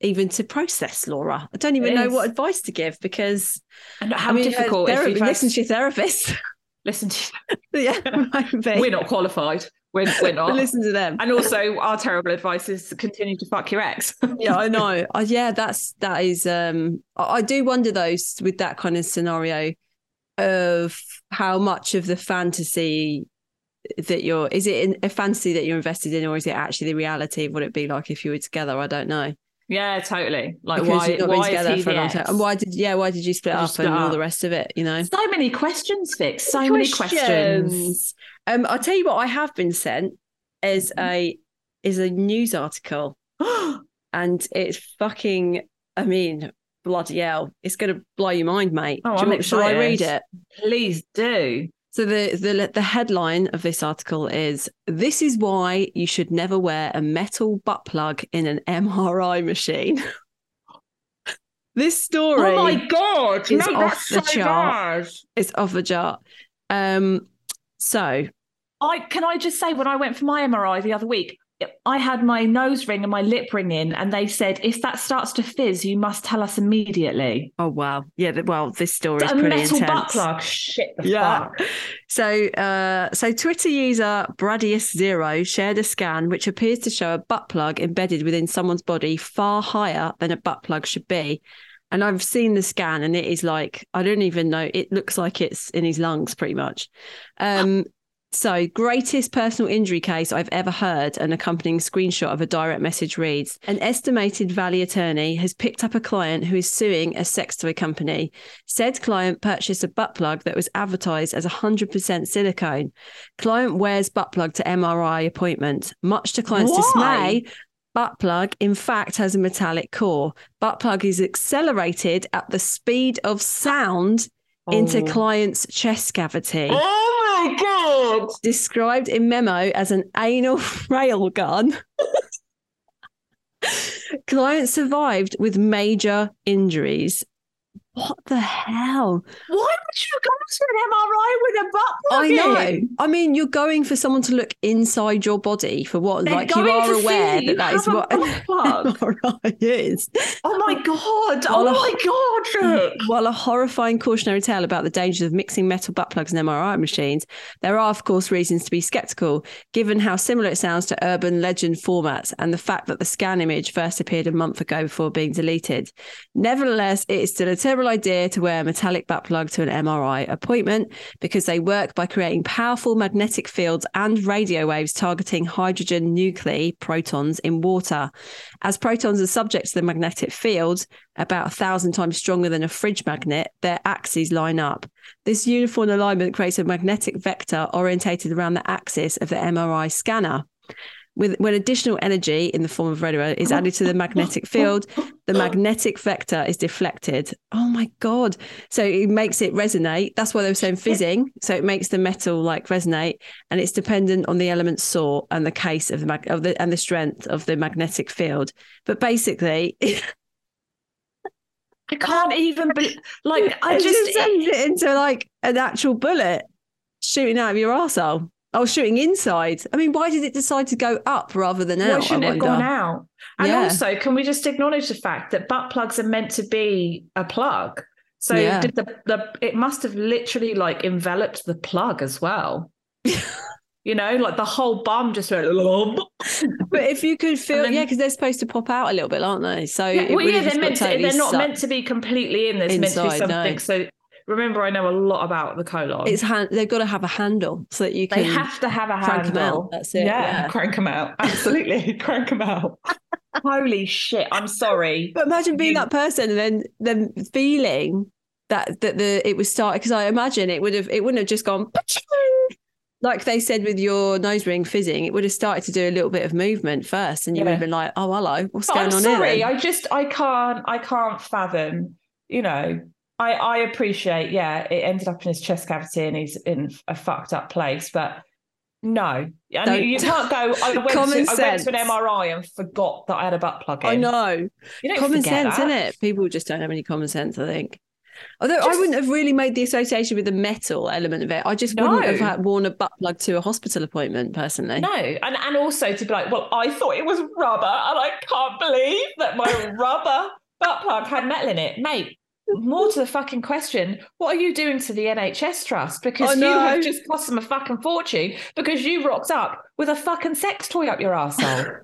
Speaker 4: even to process, Laura. I don't even
Speaker 5: It
Speaker 4: know
Speaker 5: is.
Speaker 4: what advice to give because
Speaker 5: And how
Speaker 4: I mean,
Speaker 5: difficult
Speaker 4: uh,
Speaker 5: if
Speaker 4: therapy,
Speaker 5: you've had-
Speaker 4: listen to your therapist. [laughs]
Speaker 5: listen [laughs] to
Speaker 4: yeah, [laughs] maybe.
Speaker 5: we're not qualified. We're, we're not.
Speaker 4: listen to them.
Speaker 5: and also our terrible advice is continue to fuck your ex. [laughs]
Speaker 4: yeah, I know. I, yeah, that's that is. Um, I, I do wonder though s- with that kind of scenario of how much of the fantasy that you're is it in, a fantasy that you're invested in, or is it actually the reality of what it'd be like if you were together? I don't know.
Speaker 5: yeah, totally. Like
Speaker 4: Because
Speaker 5: why, why is he
Speaker 4: for a
Speaker 5: the
Speaker 4: long
Speaker 5: ex?
Speaker 4: time. And why did yeah? Why did you split
Speaker 5: Did you
Speaker 4: up
Speaker 5: split
Speaker 4: and all
Speaker 5: up?
Speaker 4: the rest of it? You know.
Speaker 5: So many questions, Fix. So many questions.
Speaker 4: Questions. Um, I'll tell you what I have been sent is
Speaker 5: Mm-hmm.
Speaker 4: a is a news article and it's fucking I mean, bloody hell. It's gonna blow your mind, mate.
Speaker 5: Oh,
Speaker 4: Do you
Speaker 5: I'm
Speaker 4: want- shall I
Speaker 5: excited.
Speaker 4: read it?
Speaker 5: Please do.
Speaker 4: So the, the the headline of this article is This is why you should never wear a metal butt plug in an MRI machine. [laughs] this story
Speaker 5: Oh my god!
Speaker 4: is
Speaker 5: no,
Speaker 4: off
Speaker 5: that's
Speaker 4: the
Speaker 5: so
Speaker 4: chart.
Speaker 5: bad.
Speaker 4: is off a jar. Um so
Speaker 5: I can I just say when I went for my MRI the other week, I had my nose ring and my lip ring in, and they said if that starts to fizz, you must tell us [gasps] immediately.
Speaker 4: oh wow. Yeah, th- well, this story is
Speaker 5: A
Speaker 4: pretty
Speaker 5: metal
Speaker 4: intense.
Speaker 5: butt plug. Shit. The
Speaker 4: Yeah.
Speaker 5: Fuck.
Speaker 4: So, uh, so Twitter user Bradius Zero shared a scan which appears to show a butt plug embedded within someone's body far higher than a butt plug should be. And I've seen the scan, and it is like I don't even know. It looks like it's in his lungs, pretty much. Um, so, greatest personal injury case I've ever heard. An accompanying screenshot of a direct message reads An estimated Valley attorney has picked up a client who is suing a sex toy company. Said client purchased a butt plug that was advertised as 100% silicone. Client wears butt plug to MRI appointment. Much to client's
Speaker 5: Why?
Speaker 4: dismay, butt plug, in fact, has a metallic core. Butt plug is accelerated at the speed of sound into client's chest cavity
Speaker 5: Oh my god!
Speaker 4: described in memo as an anal [laughs] rail gun. Client survived with major injuries. What the hell?
Speaker 5: Why would you go to an MRI with a butt plug?
Speaker 4: I
Speaker 5: in?
Speaker 4: know. I mean, you're going for someone to look inside your body for what,
Speaker 5: They're
Speaker 4: like you
Speaker 5: going
Speaker 4: are
Speaker 5: to see
Speaker 4: aware
Speaker 5: you
Speaker 4: that that
Speaker 5: have
Speaker 4: is [laughs]
Speaker 5: a
Speaker 4: what
Speaker 5: butt plug.
Speaker 4: MRI is.
Speaker 5: Oh my god!
Speaker 4: Well, a- [laughs]
Speaker 5: Oh my god! Rick.
Speaker 4: While a horrifying cautionary tale about the dangers of mixing metal butt plugs and MRI machines, there are, of course, reasons to be skeptical, given how similar it sounds to urban legend formats and the fact that the scan image first appeared a month ago before being deleted. Nevertheless, it is still a terrible idea to wear a metallic butt plug to an MRI appointment because they work by creating powerful magnetic fields and radio waves targeting hydrogen nuclei, protons, in water. As protons are subject to the magnetic field, about a thousand times stronger than a fridge magnet, their axes line up. This uniform alignment creates a magnetic vector orientated around the axis of the MRI scanner. with when additional energy in the form of red is added to the magnetic field, the magnetic vector is deflected. Oh my god! So it makes it resonate. That's why they were saying fizzing. So it makes the metal like resonate, and it's dependent on the element sort and the case of the mag- of the and the strength of the magnetic field. But basically, [laughs]
Speaker 5: I can't even be like I
Speaker 4: it
Speaker 5: just
Speaker 4: turns it into like an actual bullet shooting out of your arsehole. Oh, shooting inside. I mean, why did it decide to go up rather than out?
Speaker 5: why
Speaker 4: I
Speaker 5: shouldn't it have
Speaker 4: wonder?
Speaker 5: gone out? And
Speaker 4: Yeah.
Speaker 5: also, can we just acknowledge the fact that butt plugs are meant to be a plug? So
Speaker 4: Yeah.
Speaker 5: did the, the it must have literally like enveloped the plug as
Speaker 4: [laughs]
Speaker 5: well. you know, like the whole bum just went.
Speaker 4: But if you could feel,
Speaker 5: then-
Speaker 4: yeah, because they're supposed to pop out a little bit, aren't they? So
Speaker 5: Yeah,
Speaker 4: it
Speaker 5: well,
Speaker 4: would
Speaker 5: yeah,
Speaker 4: have just
Speaker 5: they're
Speaker 4: got
Speaker 5: meant to,
Speaker 4: totally
Speaker 5: they're not
Speaker 4: sucked-
Speaker 5: meant to be completely in. There's meant to be
Speaker 4: Inside, no.
Speaker 5: something. So remember, I know a lot about the colon.
Speaker 4: It's hand, they've got to have a handle so that you
Speaker 5: they
Speaker 4: can.
Speaker 5: have to have a
Speaker 4: crank 'em
Speaker 5: handle.
Speaker 4: out, that's it,
Speaker 5: Yeah,
Speaker 4: yeah.
Speaker 5: crank them out. Absolutely, [laughs] crank them out. Holy shit! I'm sorry.
Speaker 4: But imagine being
Speaker 5: You-
Speaker 4: that person and then then feeling that that the it was started because I imagine it would have it wouldn't have just gone [laughs] pa-ching, like they said with your nose ring fizzing. It would have started to do a little bit of movement first, and you would
Speaker 5: Yeah.
Speaker 4: have been like, "Oh, hello, what's
Speaker 5: But
Speaker 4: going
Speaker 5: I'm
Speaker 4: on
Speaker 5: sorry.
Speaker 4: here?" then?"
Speaker 5: I just I can't I can't fathom. You know, I I appreciate. Yeah, it ended up in his chest cavity and he's in a fucked up place, but. No, I
Speaker 4: Don't-
Speaker 5: mean, you can't go.
Speaker 4: [laughs]
Speaker 5: I went,
Speaker 4: Common
Speaker 5: to, I went
Speaker 4: sense.
Speaker 5: to an MRI and forgot that I had a butt plug in.
Speaker 4: I know.
Speaker 5: You don't
Speaker 4: common
Speaker 5: forget
Speaker 4: sense,
Speaker 5: that.
Speaker 4: isn't it? People just don't have any common sense, I think. Although I
Speaker 5: Just-
Speaker 4: wouldn't have really made the association with the metal element of it. I just wouldn't have
Speaker 5: No.
Speaker 4: had worn a butt plug to a hospital appointment personally.
Speaker 5: No, and and also to be like, well, I thought it was rubber, and I can't believe
Speaker 4: [laughs]
Speaker 5: that my rubber butt plug had metal in it, mate. More to the fucking question, what are you doing to the NHS Trust? Because
Speaker 4: I
Speaker 5: you have
Speaker 4: know.
Speaker 5: just cost them a fucking fortune because you rocked up with a fucking sex toy up your arsehole.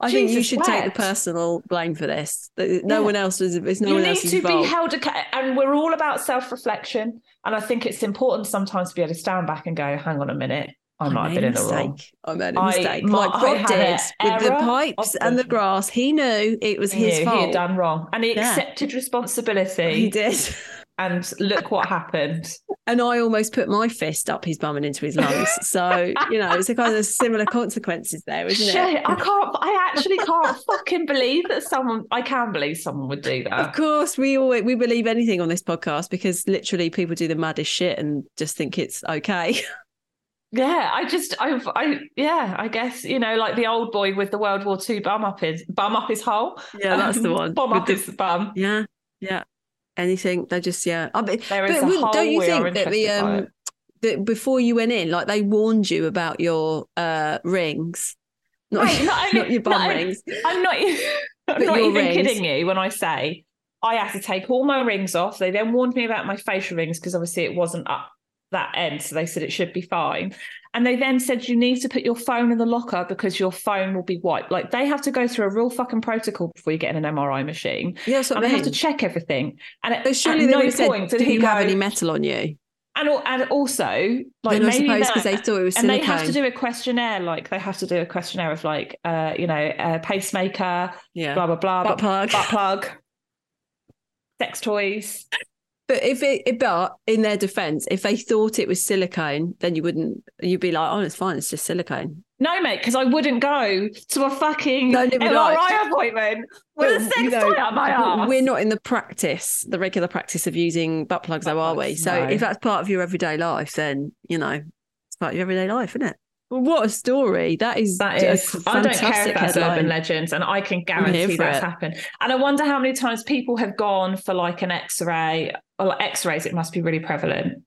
Speaker 4: I think you
Speaker 5: Jesus
Speaker 4: should take
Speaker 5: wept.
Speaker 4: the personal blame for this. That No
Speaker 5: Yeah.
Speaker 4: one else was. It's [laughs] no
Speaker 5: you
Speaker 4: one
Speaker 5: need
Speaker 4: else's
Speaker 5: to
Speaker 4: fault.
Speaker 5: be held accountable. And we're all about self reflection. And I think it's important sometimes to be able to stand back and go, hang on a minute, I,
Speaker 4: I
Speaker 5: might have
Speaker 4: made
Speaker 5: been
Speaker 4: a
Speaker 5: in the wrong.
Speaker 4: mistake. I made a
Speaker 5: I-
Speaker 4: mistake.
Speaker 5: my-
Speaker 4: like
Speaker 5: I
Speaker 4: Bob
Speaker 5: had
Speaker 4: did
Speaker 5: a
Speaker 4: with the
Speaker 5: error
Speaker 4: pipes
Speaker 5: of
Speaker 4: and the
Speaker 5: thinking.
Speaker 4: grass. He knew it was
Speaker 5: He
Speaker 4: his
Speaker 5: knew
Speaker 4: fault.
Speaker 5: He had done wrong. And he
Speaker 4: Yeah.
Speaker 5: accepted responsibility.
Speaker 4: He did. [laughs]
Speaker 5: and look what happened.
Speaker 4: And I almost put my fist up his bum and into his lungs. So, you know, it's a kind of similar consequences there, isn't it?
Speaker 5: Shit, I can't. I actually can't fucking believe that someone. I can believe someone would
Speaker 4: Of
Speaker 5: do that.
Speaker 4: course, we always we believe anything on this podcast because literally people do the maddest shit and just think it's okay.
Speaker 5: Yeah, I just, I, I, yeah, I guess you know, like the old boy with the World War II bum up his bum up his hole.
Speaker 4: Yeah, that's [laughs]
Speaker 5: [laughs]
Speaker 4: the one.
Speaker 5: Bum
Speaker 4: With
Speaker 5: up
Speaker 4: the-
Speaker 5: his bum.
Speaker 4: yeah, yeah. Anything they just yeah. I bet-
Speaker 5: There
Speaker 4: but
Speaker 5: is a
Speaker 4: wouldn't-
Speaker 5: hole.
Speaker 4: don't you
Speaker 5: we are
Speaker 4: think that the
Speaker 5: interested by
Speaker 4: um
Speaker 5: it.
Speaker 4: that before you went in, like they warned you about your uh rings, not, [laughs]
Speaker 5: Right, not only-
Speaker 4: not your bum
Speaker 5: [laughs] not only-
Speaker 4: rings.
Speaker 5: I'm not. e- [laughs] I'm
Speaker 4: But
Speaker 5: not
Speaker 4: your
Speaker 5: even
Speaker 4: rings.
Speaker 5: kidding you when I say I had to take all my rings off. They then warned me about my facial rings because obviously it wasn't up that end, so they said it should be fine. And they then said you need to put your phone in the locker because your phone will be wiped. Like they have to go through a real fucking protocol before you get in an MRI machine,
Speaker 4: Yeah, that's what
Speaker 5: and
Speaker 4: I
Speaker 5: they
Speaker 4: mean.
Speaker 5: have to check everything. And at,
Speaker 4: So surely
Speaker 5: at
Speaker 4: they
Speaker 5: no
Speaker 4: would have
Speaker 5: point
Speaker 4: said,
Speaker 5: did
Speaker 4: "Do
Speaker 5: he
Speaker 4: you have
Speaker 5: go-
Speaker 4: any metal on you?"
Speaker 5: And, al- and also, like
Speaker 4: Then I
Speaker 5: maybe
Speaker 4: suppose because
Speaker 5: that-
Speaker 4: they thought it was
Speaker 5: and
Speaker 4: silicone.
Speaker 5: they have to do a questionnaire. Like they have to do a questionnaire of like, uh, you know, uh, pacemaker,
Speaker 4: yeah.
Speaker 5: blah blah blah,
Speaker 4: Butt plug.
Speaker 5: butt plug, sex toys.
Speaker 4: But if it, it- but in their defense, if they thought it was silicone, then you wouldn't. You'd be like, "Oh, it's fine. It's just silicone."
Speaker 5: No, mate, because I wouldn't go to a fucking
Speaker 4: No, neither
Speaker 5: MRI
Speaker 4: would I.
Speaker 5: appointment with
Speaker 4: But,
Speaker 5: a sex
Speaker 4: you know,
Speaker 5: toy up my
Speaker 4: But
Speaker 5: ass.
Speaker 4: We're not in the practice, the regular practice of using butt plugs, though, are we?
Speaker 5: plugs,
Speaker 4: So
Speaker 5: no.
Speaker 4: if that's part of your everyday life, then you know it's part of your everyday life, isn't it? Well, what a story! That is
Speaker 5: That
Speaker 4: a
Speaker 5: is, I don't care if
Speaker 4: fantastic
Speaker 5: that's
Speaker 4: headline.
Speaker 5: urban legends, and I can
Speaker 4: I'm here
Speaker 5: guarantee
Speaker 4: for
Speaker 5: that's
Speaker 4: it.
Speaker 5: happened. And I wonder how many times people have gone for like an X-ray or like X-rays. It must be really prevalent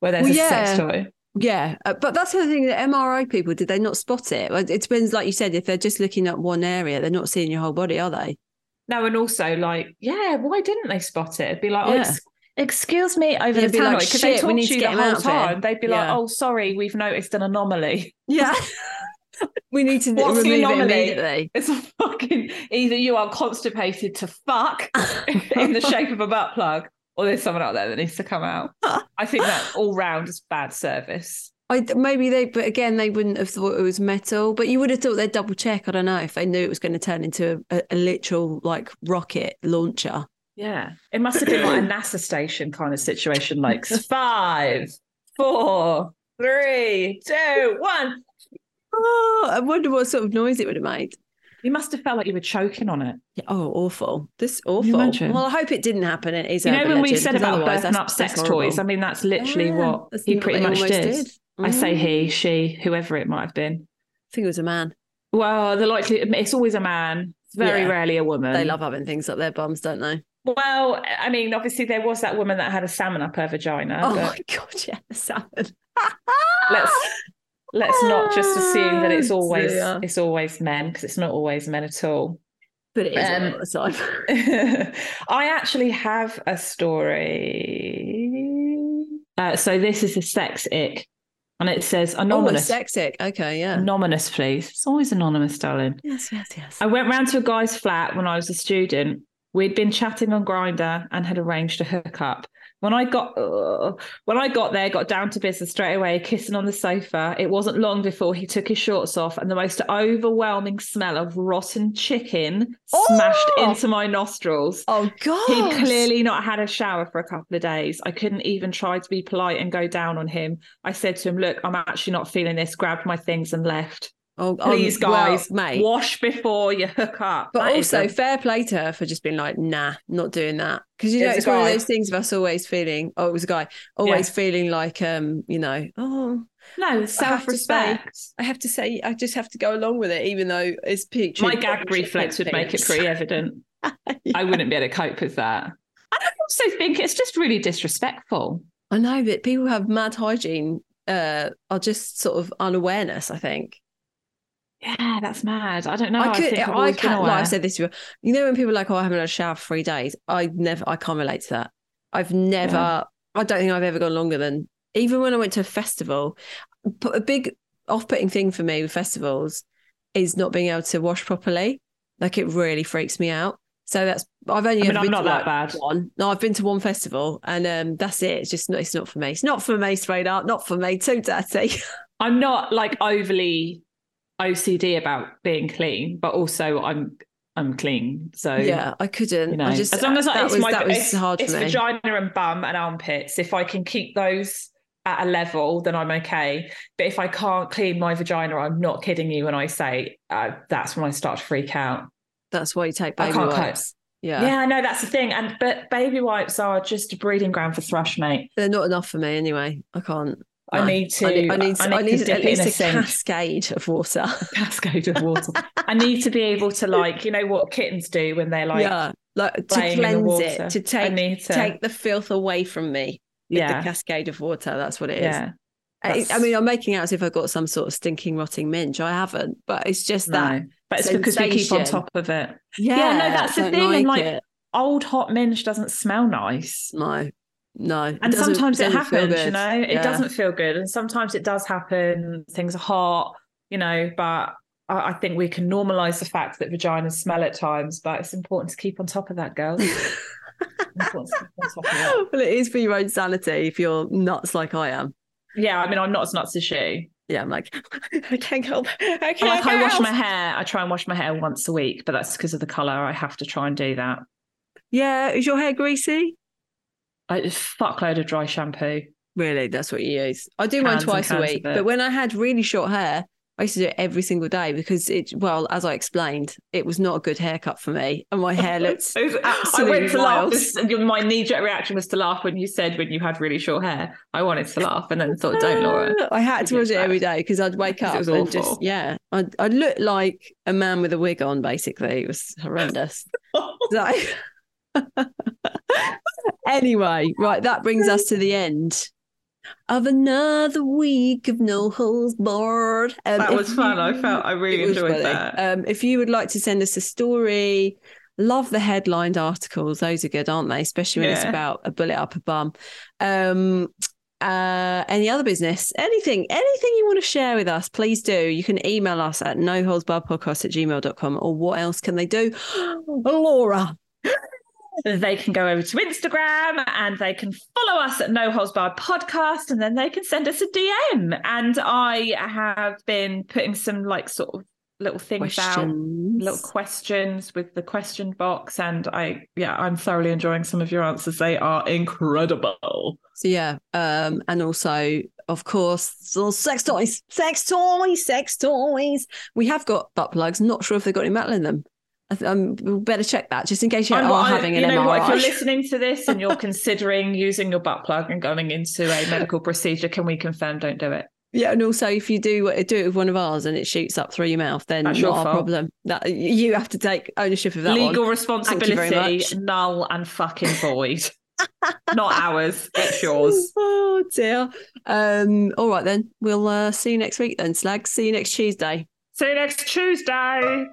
Speaker 5: where there's
Speaker 4: Well,
Speaker 5: a
Speaker 4: yeah.
Speaker 5: sex toy.
Speaker 4: Yeah, uh, but that's the thing. The MRI people did they not spot it? Well, It depends, like you said, if they're just looking at one area, they're not seeing your whole body, are they?
Speaker 5: No, and also like, yeah, why didn't they spot it? It'd be like, oh,
Speaker 4: Yeah.
Speaker 5: ex- excuse me, over
Speaker 4: Yeah,
Speaker 5: the
Speaker 4: be like,
Speaker 5: tannoy because they
Speaker 4: shit, we
Speaker 5: talk
Speaker 4: need
Speaker 5: to
Speaker 4: to
Speaker 5: you
Speaker 4: get
Speaker 5: the
Speaker 4: him
Speaker 5: whole
Speaker 4: out of here.
Speaker 5: time. They'd be like,
Speaker 4: Yeah.
Speaker 5: oh, sorry, we've noticed an anomaly. [laughs]
Speaker 4: Yeah. [laughs] we need to
Speaker 5: What's the
Speaker 4: remove it
Speaker 5: anomaly?
Speaker 4: immediately.
Speaker 5: It's a fucking either you are constipated to [laughs] fuck in the shape of a butt plug, or there's someone out there that needs to come out. I think that all round is bad service.
Speaker 4: I, maybe they, but again, they wouldn't have thought it was metal. But you would have thought they'd double check. I don't know if they knew it was going to turn into a, a, a literal like rocket launcher.
Speaker 5: Yeah, it must have been [clears throat] like a NASA station kind of situation, like five, four, three, two, one.
Speaker 4: Oh, I wonder what sort of noise it would have made.
Speaker 5: You must have felt like you were choking on it.
Speaker 4: Yeah, Oh, awful. This awful.
Speaker 5: imagine?
Speaker 4: Well, I hope it didn't happen. It is
Speaker 5: you know
Speaker 4: urban
Speaker 5: when we
Speaker 4: legend,
Speaker 5: said
Speaker 4: 'cause
Speaker 5: about
Speaker 4: otherwise
Speaker 5: birthing up
Speaker 4: that's- that's
Speaker 5: sex
Speaker 4: horrible.
Speaker 5: toys? I mean, that's literally
Speaker 4: Yeah,
Speaker 5: what
Speaker 4: that's
Speaker 5: he
Speaker 4: what
Speaker 5: pretty
Speaker 4: they
Speaker 5: much
Speaker 4: almost
Speaker 5: did.
Speaker 4: did.
Speaker 5: I say
Speaker 4: Mm.
Speaker 5: he, she, whoever it might have been.
Speaker 4: I think it was a man.
Speaker 5: Well, the likely it's always a man. It's very
Speaker 4: Yeah.
Speaker 5: rarely a woman.
Speaker 4: They love having things up their bums, don't they?
Speaker 5: Well, I mean, obviously there was that woman that had a salmon up her vagina.
Speaker 4: Oh
Speaker 5: but
Speaker 4: my [laughs] god, yeah, the salmon.
Speaker 5: let's let's not just assume
Speaker 4: [laughs]
Speaker 5: that it's
Speaker 4: Ah,
Speaker 5: always
Speaker 4: yeah.
Speaker 5: it's always men because it's not always men at all. [laughs]
Speaker 4: But it is
Speaker 5: Um,
Speaker 4: all the time. [laughs]
Speaker 5: I actually have a story. Uh, so this is the sex ick, and it says
Speaker 4: Oh,
Speaker 5: anonymous.
Speaker 4: sexic. Okay, yeah.
Speaker 5: Anonymous, please. It's always anonymous, darling.
Speaker 4: Yes, yes, yes.
Speaker 5: I went round to a guy's flat when I was a student. We'd been chatting on Grinder and had arranged a hookup. When I got ugh. when I got there, got down to business straight away, kissing on the sofa. It wasn't long before he took his shorts off, and the most overwhelming smell of rotten chicken smashed
Speaker 4: Oh!
Speaker 5: into my nostrils.
Speaker 4: Oh god.
Speaker 5: He'd clearly not had a shower for a couple of days. I couldn't even try to be polite and go down on him. I said to him, "Look, I'm actually not feeling this." Grabbed my things and left.
Speaker 4: Oh, oh,
Speaker 5: Please,
Speaker 4: well,
Speaker 5: guys,
Speaker 4: mate.
Speaker 5: wash before you hook up.
Speaker 4: But
Speaker 5: That is
Speaker 4: also,
Speaker 5: a-
Speaker 4: fair play to her for just being like, nah, not doing that. Because you know,
Speaker 5: It's a
Speaker 4: it's one of
Speaker 5: guy.
Speaker 4: those things of us always feeling. Oh, it was a guy. Always feeling like, um, you know, oh,
Speaker 5: no self-respect.
Speaker 4: I have to say, I just have to go along with it, even though it's picture.
Speaker 5: My gag reflex would make it pretty
Speaker 4: [laughs]
Speaker 5: evident. I wouldn't be able to cope with that. And I also think it's just really disrespectful.
Speaker 4: I know, but people who have mad hygiene uh, are just sort of unawareness. I think.
Speaker 5: Yeah, that's mad. I don't know.
Speaker 4: I could,
Speaker 5: think I've
Speaker 4: I,
Speaker 5: always been
Speaker 4: can't. Like I
Speaker 5: aware.
Speaker 4: said this, before, you know, when people are like, "Oh, I haven't had a shower for three days," I never, I can't relate to that. I've never, I don't think I've ever gone longer than even when I went to a festival. But a big off-putting thing for me with festivals is not being able to wash properly. Like it really freaks me out. So that's I've only
Speaker 5: I mean,
Speaker 4: ever
Speaker 5: I'm
Speaker 4: been
Speaker 5: not
Speaker 4: to
Speaker 5: that
Speaker 4: like
Speaker 5: bad.
Speaker 4: one. No, I've been to one festival, and um, that's it. It's just not. It's not for me. It's not for me. Straight up, not for me. Too dirty.
Speaker 5: I'm not like overly OCD about being clean, but also I'm I'm clean. So
Speaker 4: [laughs] yeah, I couldn't.
Speaker 5: you know,
Speaker 4: I just uh,
Speaker 5: as long as
Speaker 4: that
Speaker 5: it's
Speaker 4: was
Speaker 5: my
Speaker 4: that was
Speaker 5: it's,
Speaker 4: hard
Speaker 5: it's
Speaker 4: for me.
Speaker 5: vagina and bum and armpits. If I can keep those at a level, then I'm okay. But if I can't clean my vagina, I'm not kidding you when I say uh, that's when I start to freak out.
Speaker 4: That's why you take
Speaker 5: I
Speaker 4: baby
Speaker 5: can't cope.
Speaker 4: wipes. Yeah.
Speaker 5: Yeah, I know that's the thing. And but baby wipes are just a breeding ground for thrush, mate.
Speaker 4: They're not enough for me anyway. I can't.
Speaker 5: I
Speaker 4: No.
Speaker 5: need to.
Speaker 4: I need, I need, I need,
Speaker 5: to dip
Speaker 4: at
Speaker 5: in
Speaker 4: least
Speaker 5: a
Speaker 4: a,
Speaker 5: sink.
Speaker 4: cascade of water.
Speaker 5: [laughs]
Speaker 4: [laughs]
Speaker 5: cascade of water. I need to be able to like, you know what kittens do when they're like,
Speaker 4: yeah, like to
Speaker 5: playing in the
Speaker 4: cleanse
Speaker 5: water.
Speaker 4: it, to
Speaker 5: I
Speaker 4: take
Speaker 5: need to-
Speaker 4: take the filth away from me. with
Speaker 5: Yeah.
Speaker 4: the cascade of water. That's what it is.
Speaker 5: yeah,
Speaker 4: I, I
Speaker 5: that's-
Speaker 4: mean, I'm making out as if I've got some sort of stinking rotting minge. I haven't, but it's just that.
Speaker 5: no. But it's because we keep on
Speaker 4: sensation.
Speaker 5: top of it.
Speaker 4: Yeah,
Speaker 5: no, that's the
Speaker 4: don't
Speaker 5: thing, and, like,
Speaker 4: it.
Speaker 5: Old hot minge doesn't smell nice.
Speaker 4: no, no.
Speaker 5: And
Speaker 4: doesn't-
Speaker 5: sometimes it
Speaker 4: doesn't feel
Speaker 5: happens, you
Speaker 4: good.
Speaker 5: know, it
Speaker 4: Yeah.
Speaker 5: doesn't feel good. And sometimes it does happen. Things are hot, you know, but I, I think we can normalize the fact that vaginas smell at times, but it's important to keep on top of
Speaker 4: [laughs]
Speaker 5: that, girls. Important to keep on top of that.
Speaker 4: [laughs] well, it is for your own sanity if you're nuts like I am.
Speaker 5: Yeah, I mean, I'm not as nuts as you.
Speaker 4: Yeah, I'm like, [laughs] I can't help. I
Speaker 5: I
Speaker 4: can't
Speaker 5: like I wash
Speaker 4: help.
Speaker 5: my hair. I try and wash my hair once a week, but that's because of the color. I have to try and do that.
Speaker 4: Yeah, is your hair greasy?
Speaker 5: I fuckload of dry shampoo.
Speaker 4: Really, that's what you use. I do mine
Speaker 5: Cans and
Speaker 4: twice a
Speaker 5: cans
Speaker 4: week,
Speaker 5: of it.
Speaker 4: but when I had really short hair, I used to do it every single day because it. Well, as I explained, it was not a good haircut for me, and my hair [laughs] looked
Speaker 5: I
Speaker 4: absolutely
Speaker 5: went to
Speaker 4: wild.
Speaker 5: laugh. My knee-jerk reaction was to laugh when you said when you had really short hair. I wanted to laugh and then thought, don't, Laura.
Speaker 4: I had to
Speaker 5: You're
Speaker 4: watch it
Speaker 5: bad.
Speaker 4: every day because I'd wake
Speaker 5: Because it
Speaker 4: up
Speaker 5: was
Speaker 4: and just
Speaker 5: awful.
Speaker 4: yeah, I'd, I'd look like a man with a wig on. Basically, it was
Speaker 5: [laughs]
Speaker 4: horrendous. So- [laughs] anyway, right, that brings us to the end of another week of No Holes Barred. Um,
Speaker 5: [laughs] That
Speaker 4: if
Speaker 5: was fun. I
Speaker 4: you-
Speaker 5: felt I really
Speaker 4: it was
Speaker 5: enjoyed
Speaker 4: funny.
Speaker 5: that.
Speaker 4: Um, if you would like to send us a story, love the headlined articles. Those are good, aren't they? Especially when it's
Speaker 5: Yeah.
Speaker 4: about a bullet up a bum. Um, uh, any other business, anything, anything you want to share with us, please do. You can email us at noholesbarredpodcast at gmail.com or what else can they do? [gasps] Laura.
Speaker 5: Uh, They can go over to Instagram and they can follow us at No Holds Barred Podcast, and then they can send us a DM. And I have been putting some like sort of little things out
Speaker 4: Questions.
Speaker 5: little questions with the question box and i yeah i'm thoroughly enjoying some of your answers they are incredible
Speaker 4: So yeah, um, and also of course, so sex toys, sex toys, sex toys. We have got butt plugs. Not sure if they've got any metal in them. I th- Um, we better check that just in case you
Speaker 5: I'm-
Speaker 4: are
Speaker 5: I-
Speaker 4: having an
Speaker 5: you know what, if
Speaker 4: MRI.
Speaker 5: you're listening to this
Speaker 4: [laughs]
Speaker 5: and you're considering using your butt plug and going into a medical procedure, can we confirm don't do it?
Speaker 4: Yeah, and also if you do do it with one of ours and it shoots up through your mouth, then
Speaker 5: That's
Speaker 4: not
Speaker 5: your
Speaker 4: our
Speaker 5: fault.
Speaker 4: problem. That you have to take ownership of that. one.
Speaker 5: Legal [laughs]
Speaker 4: Thank you very
Speaker 5: responsibility,
Speaker 4: much.
Speaker 5: null and fucking void.
Speaker 4: [laughs]
Speaker 5: Not ours, it's yours.
Speaker 4: Oh dear. Um, all right then. We'll uh, see you next week then, Slag. See you next Tuesday.
Speaker 5: See you next Tuesday.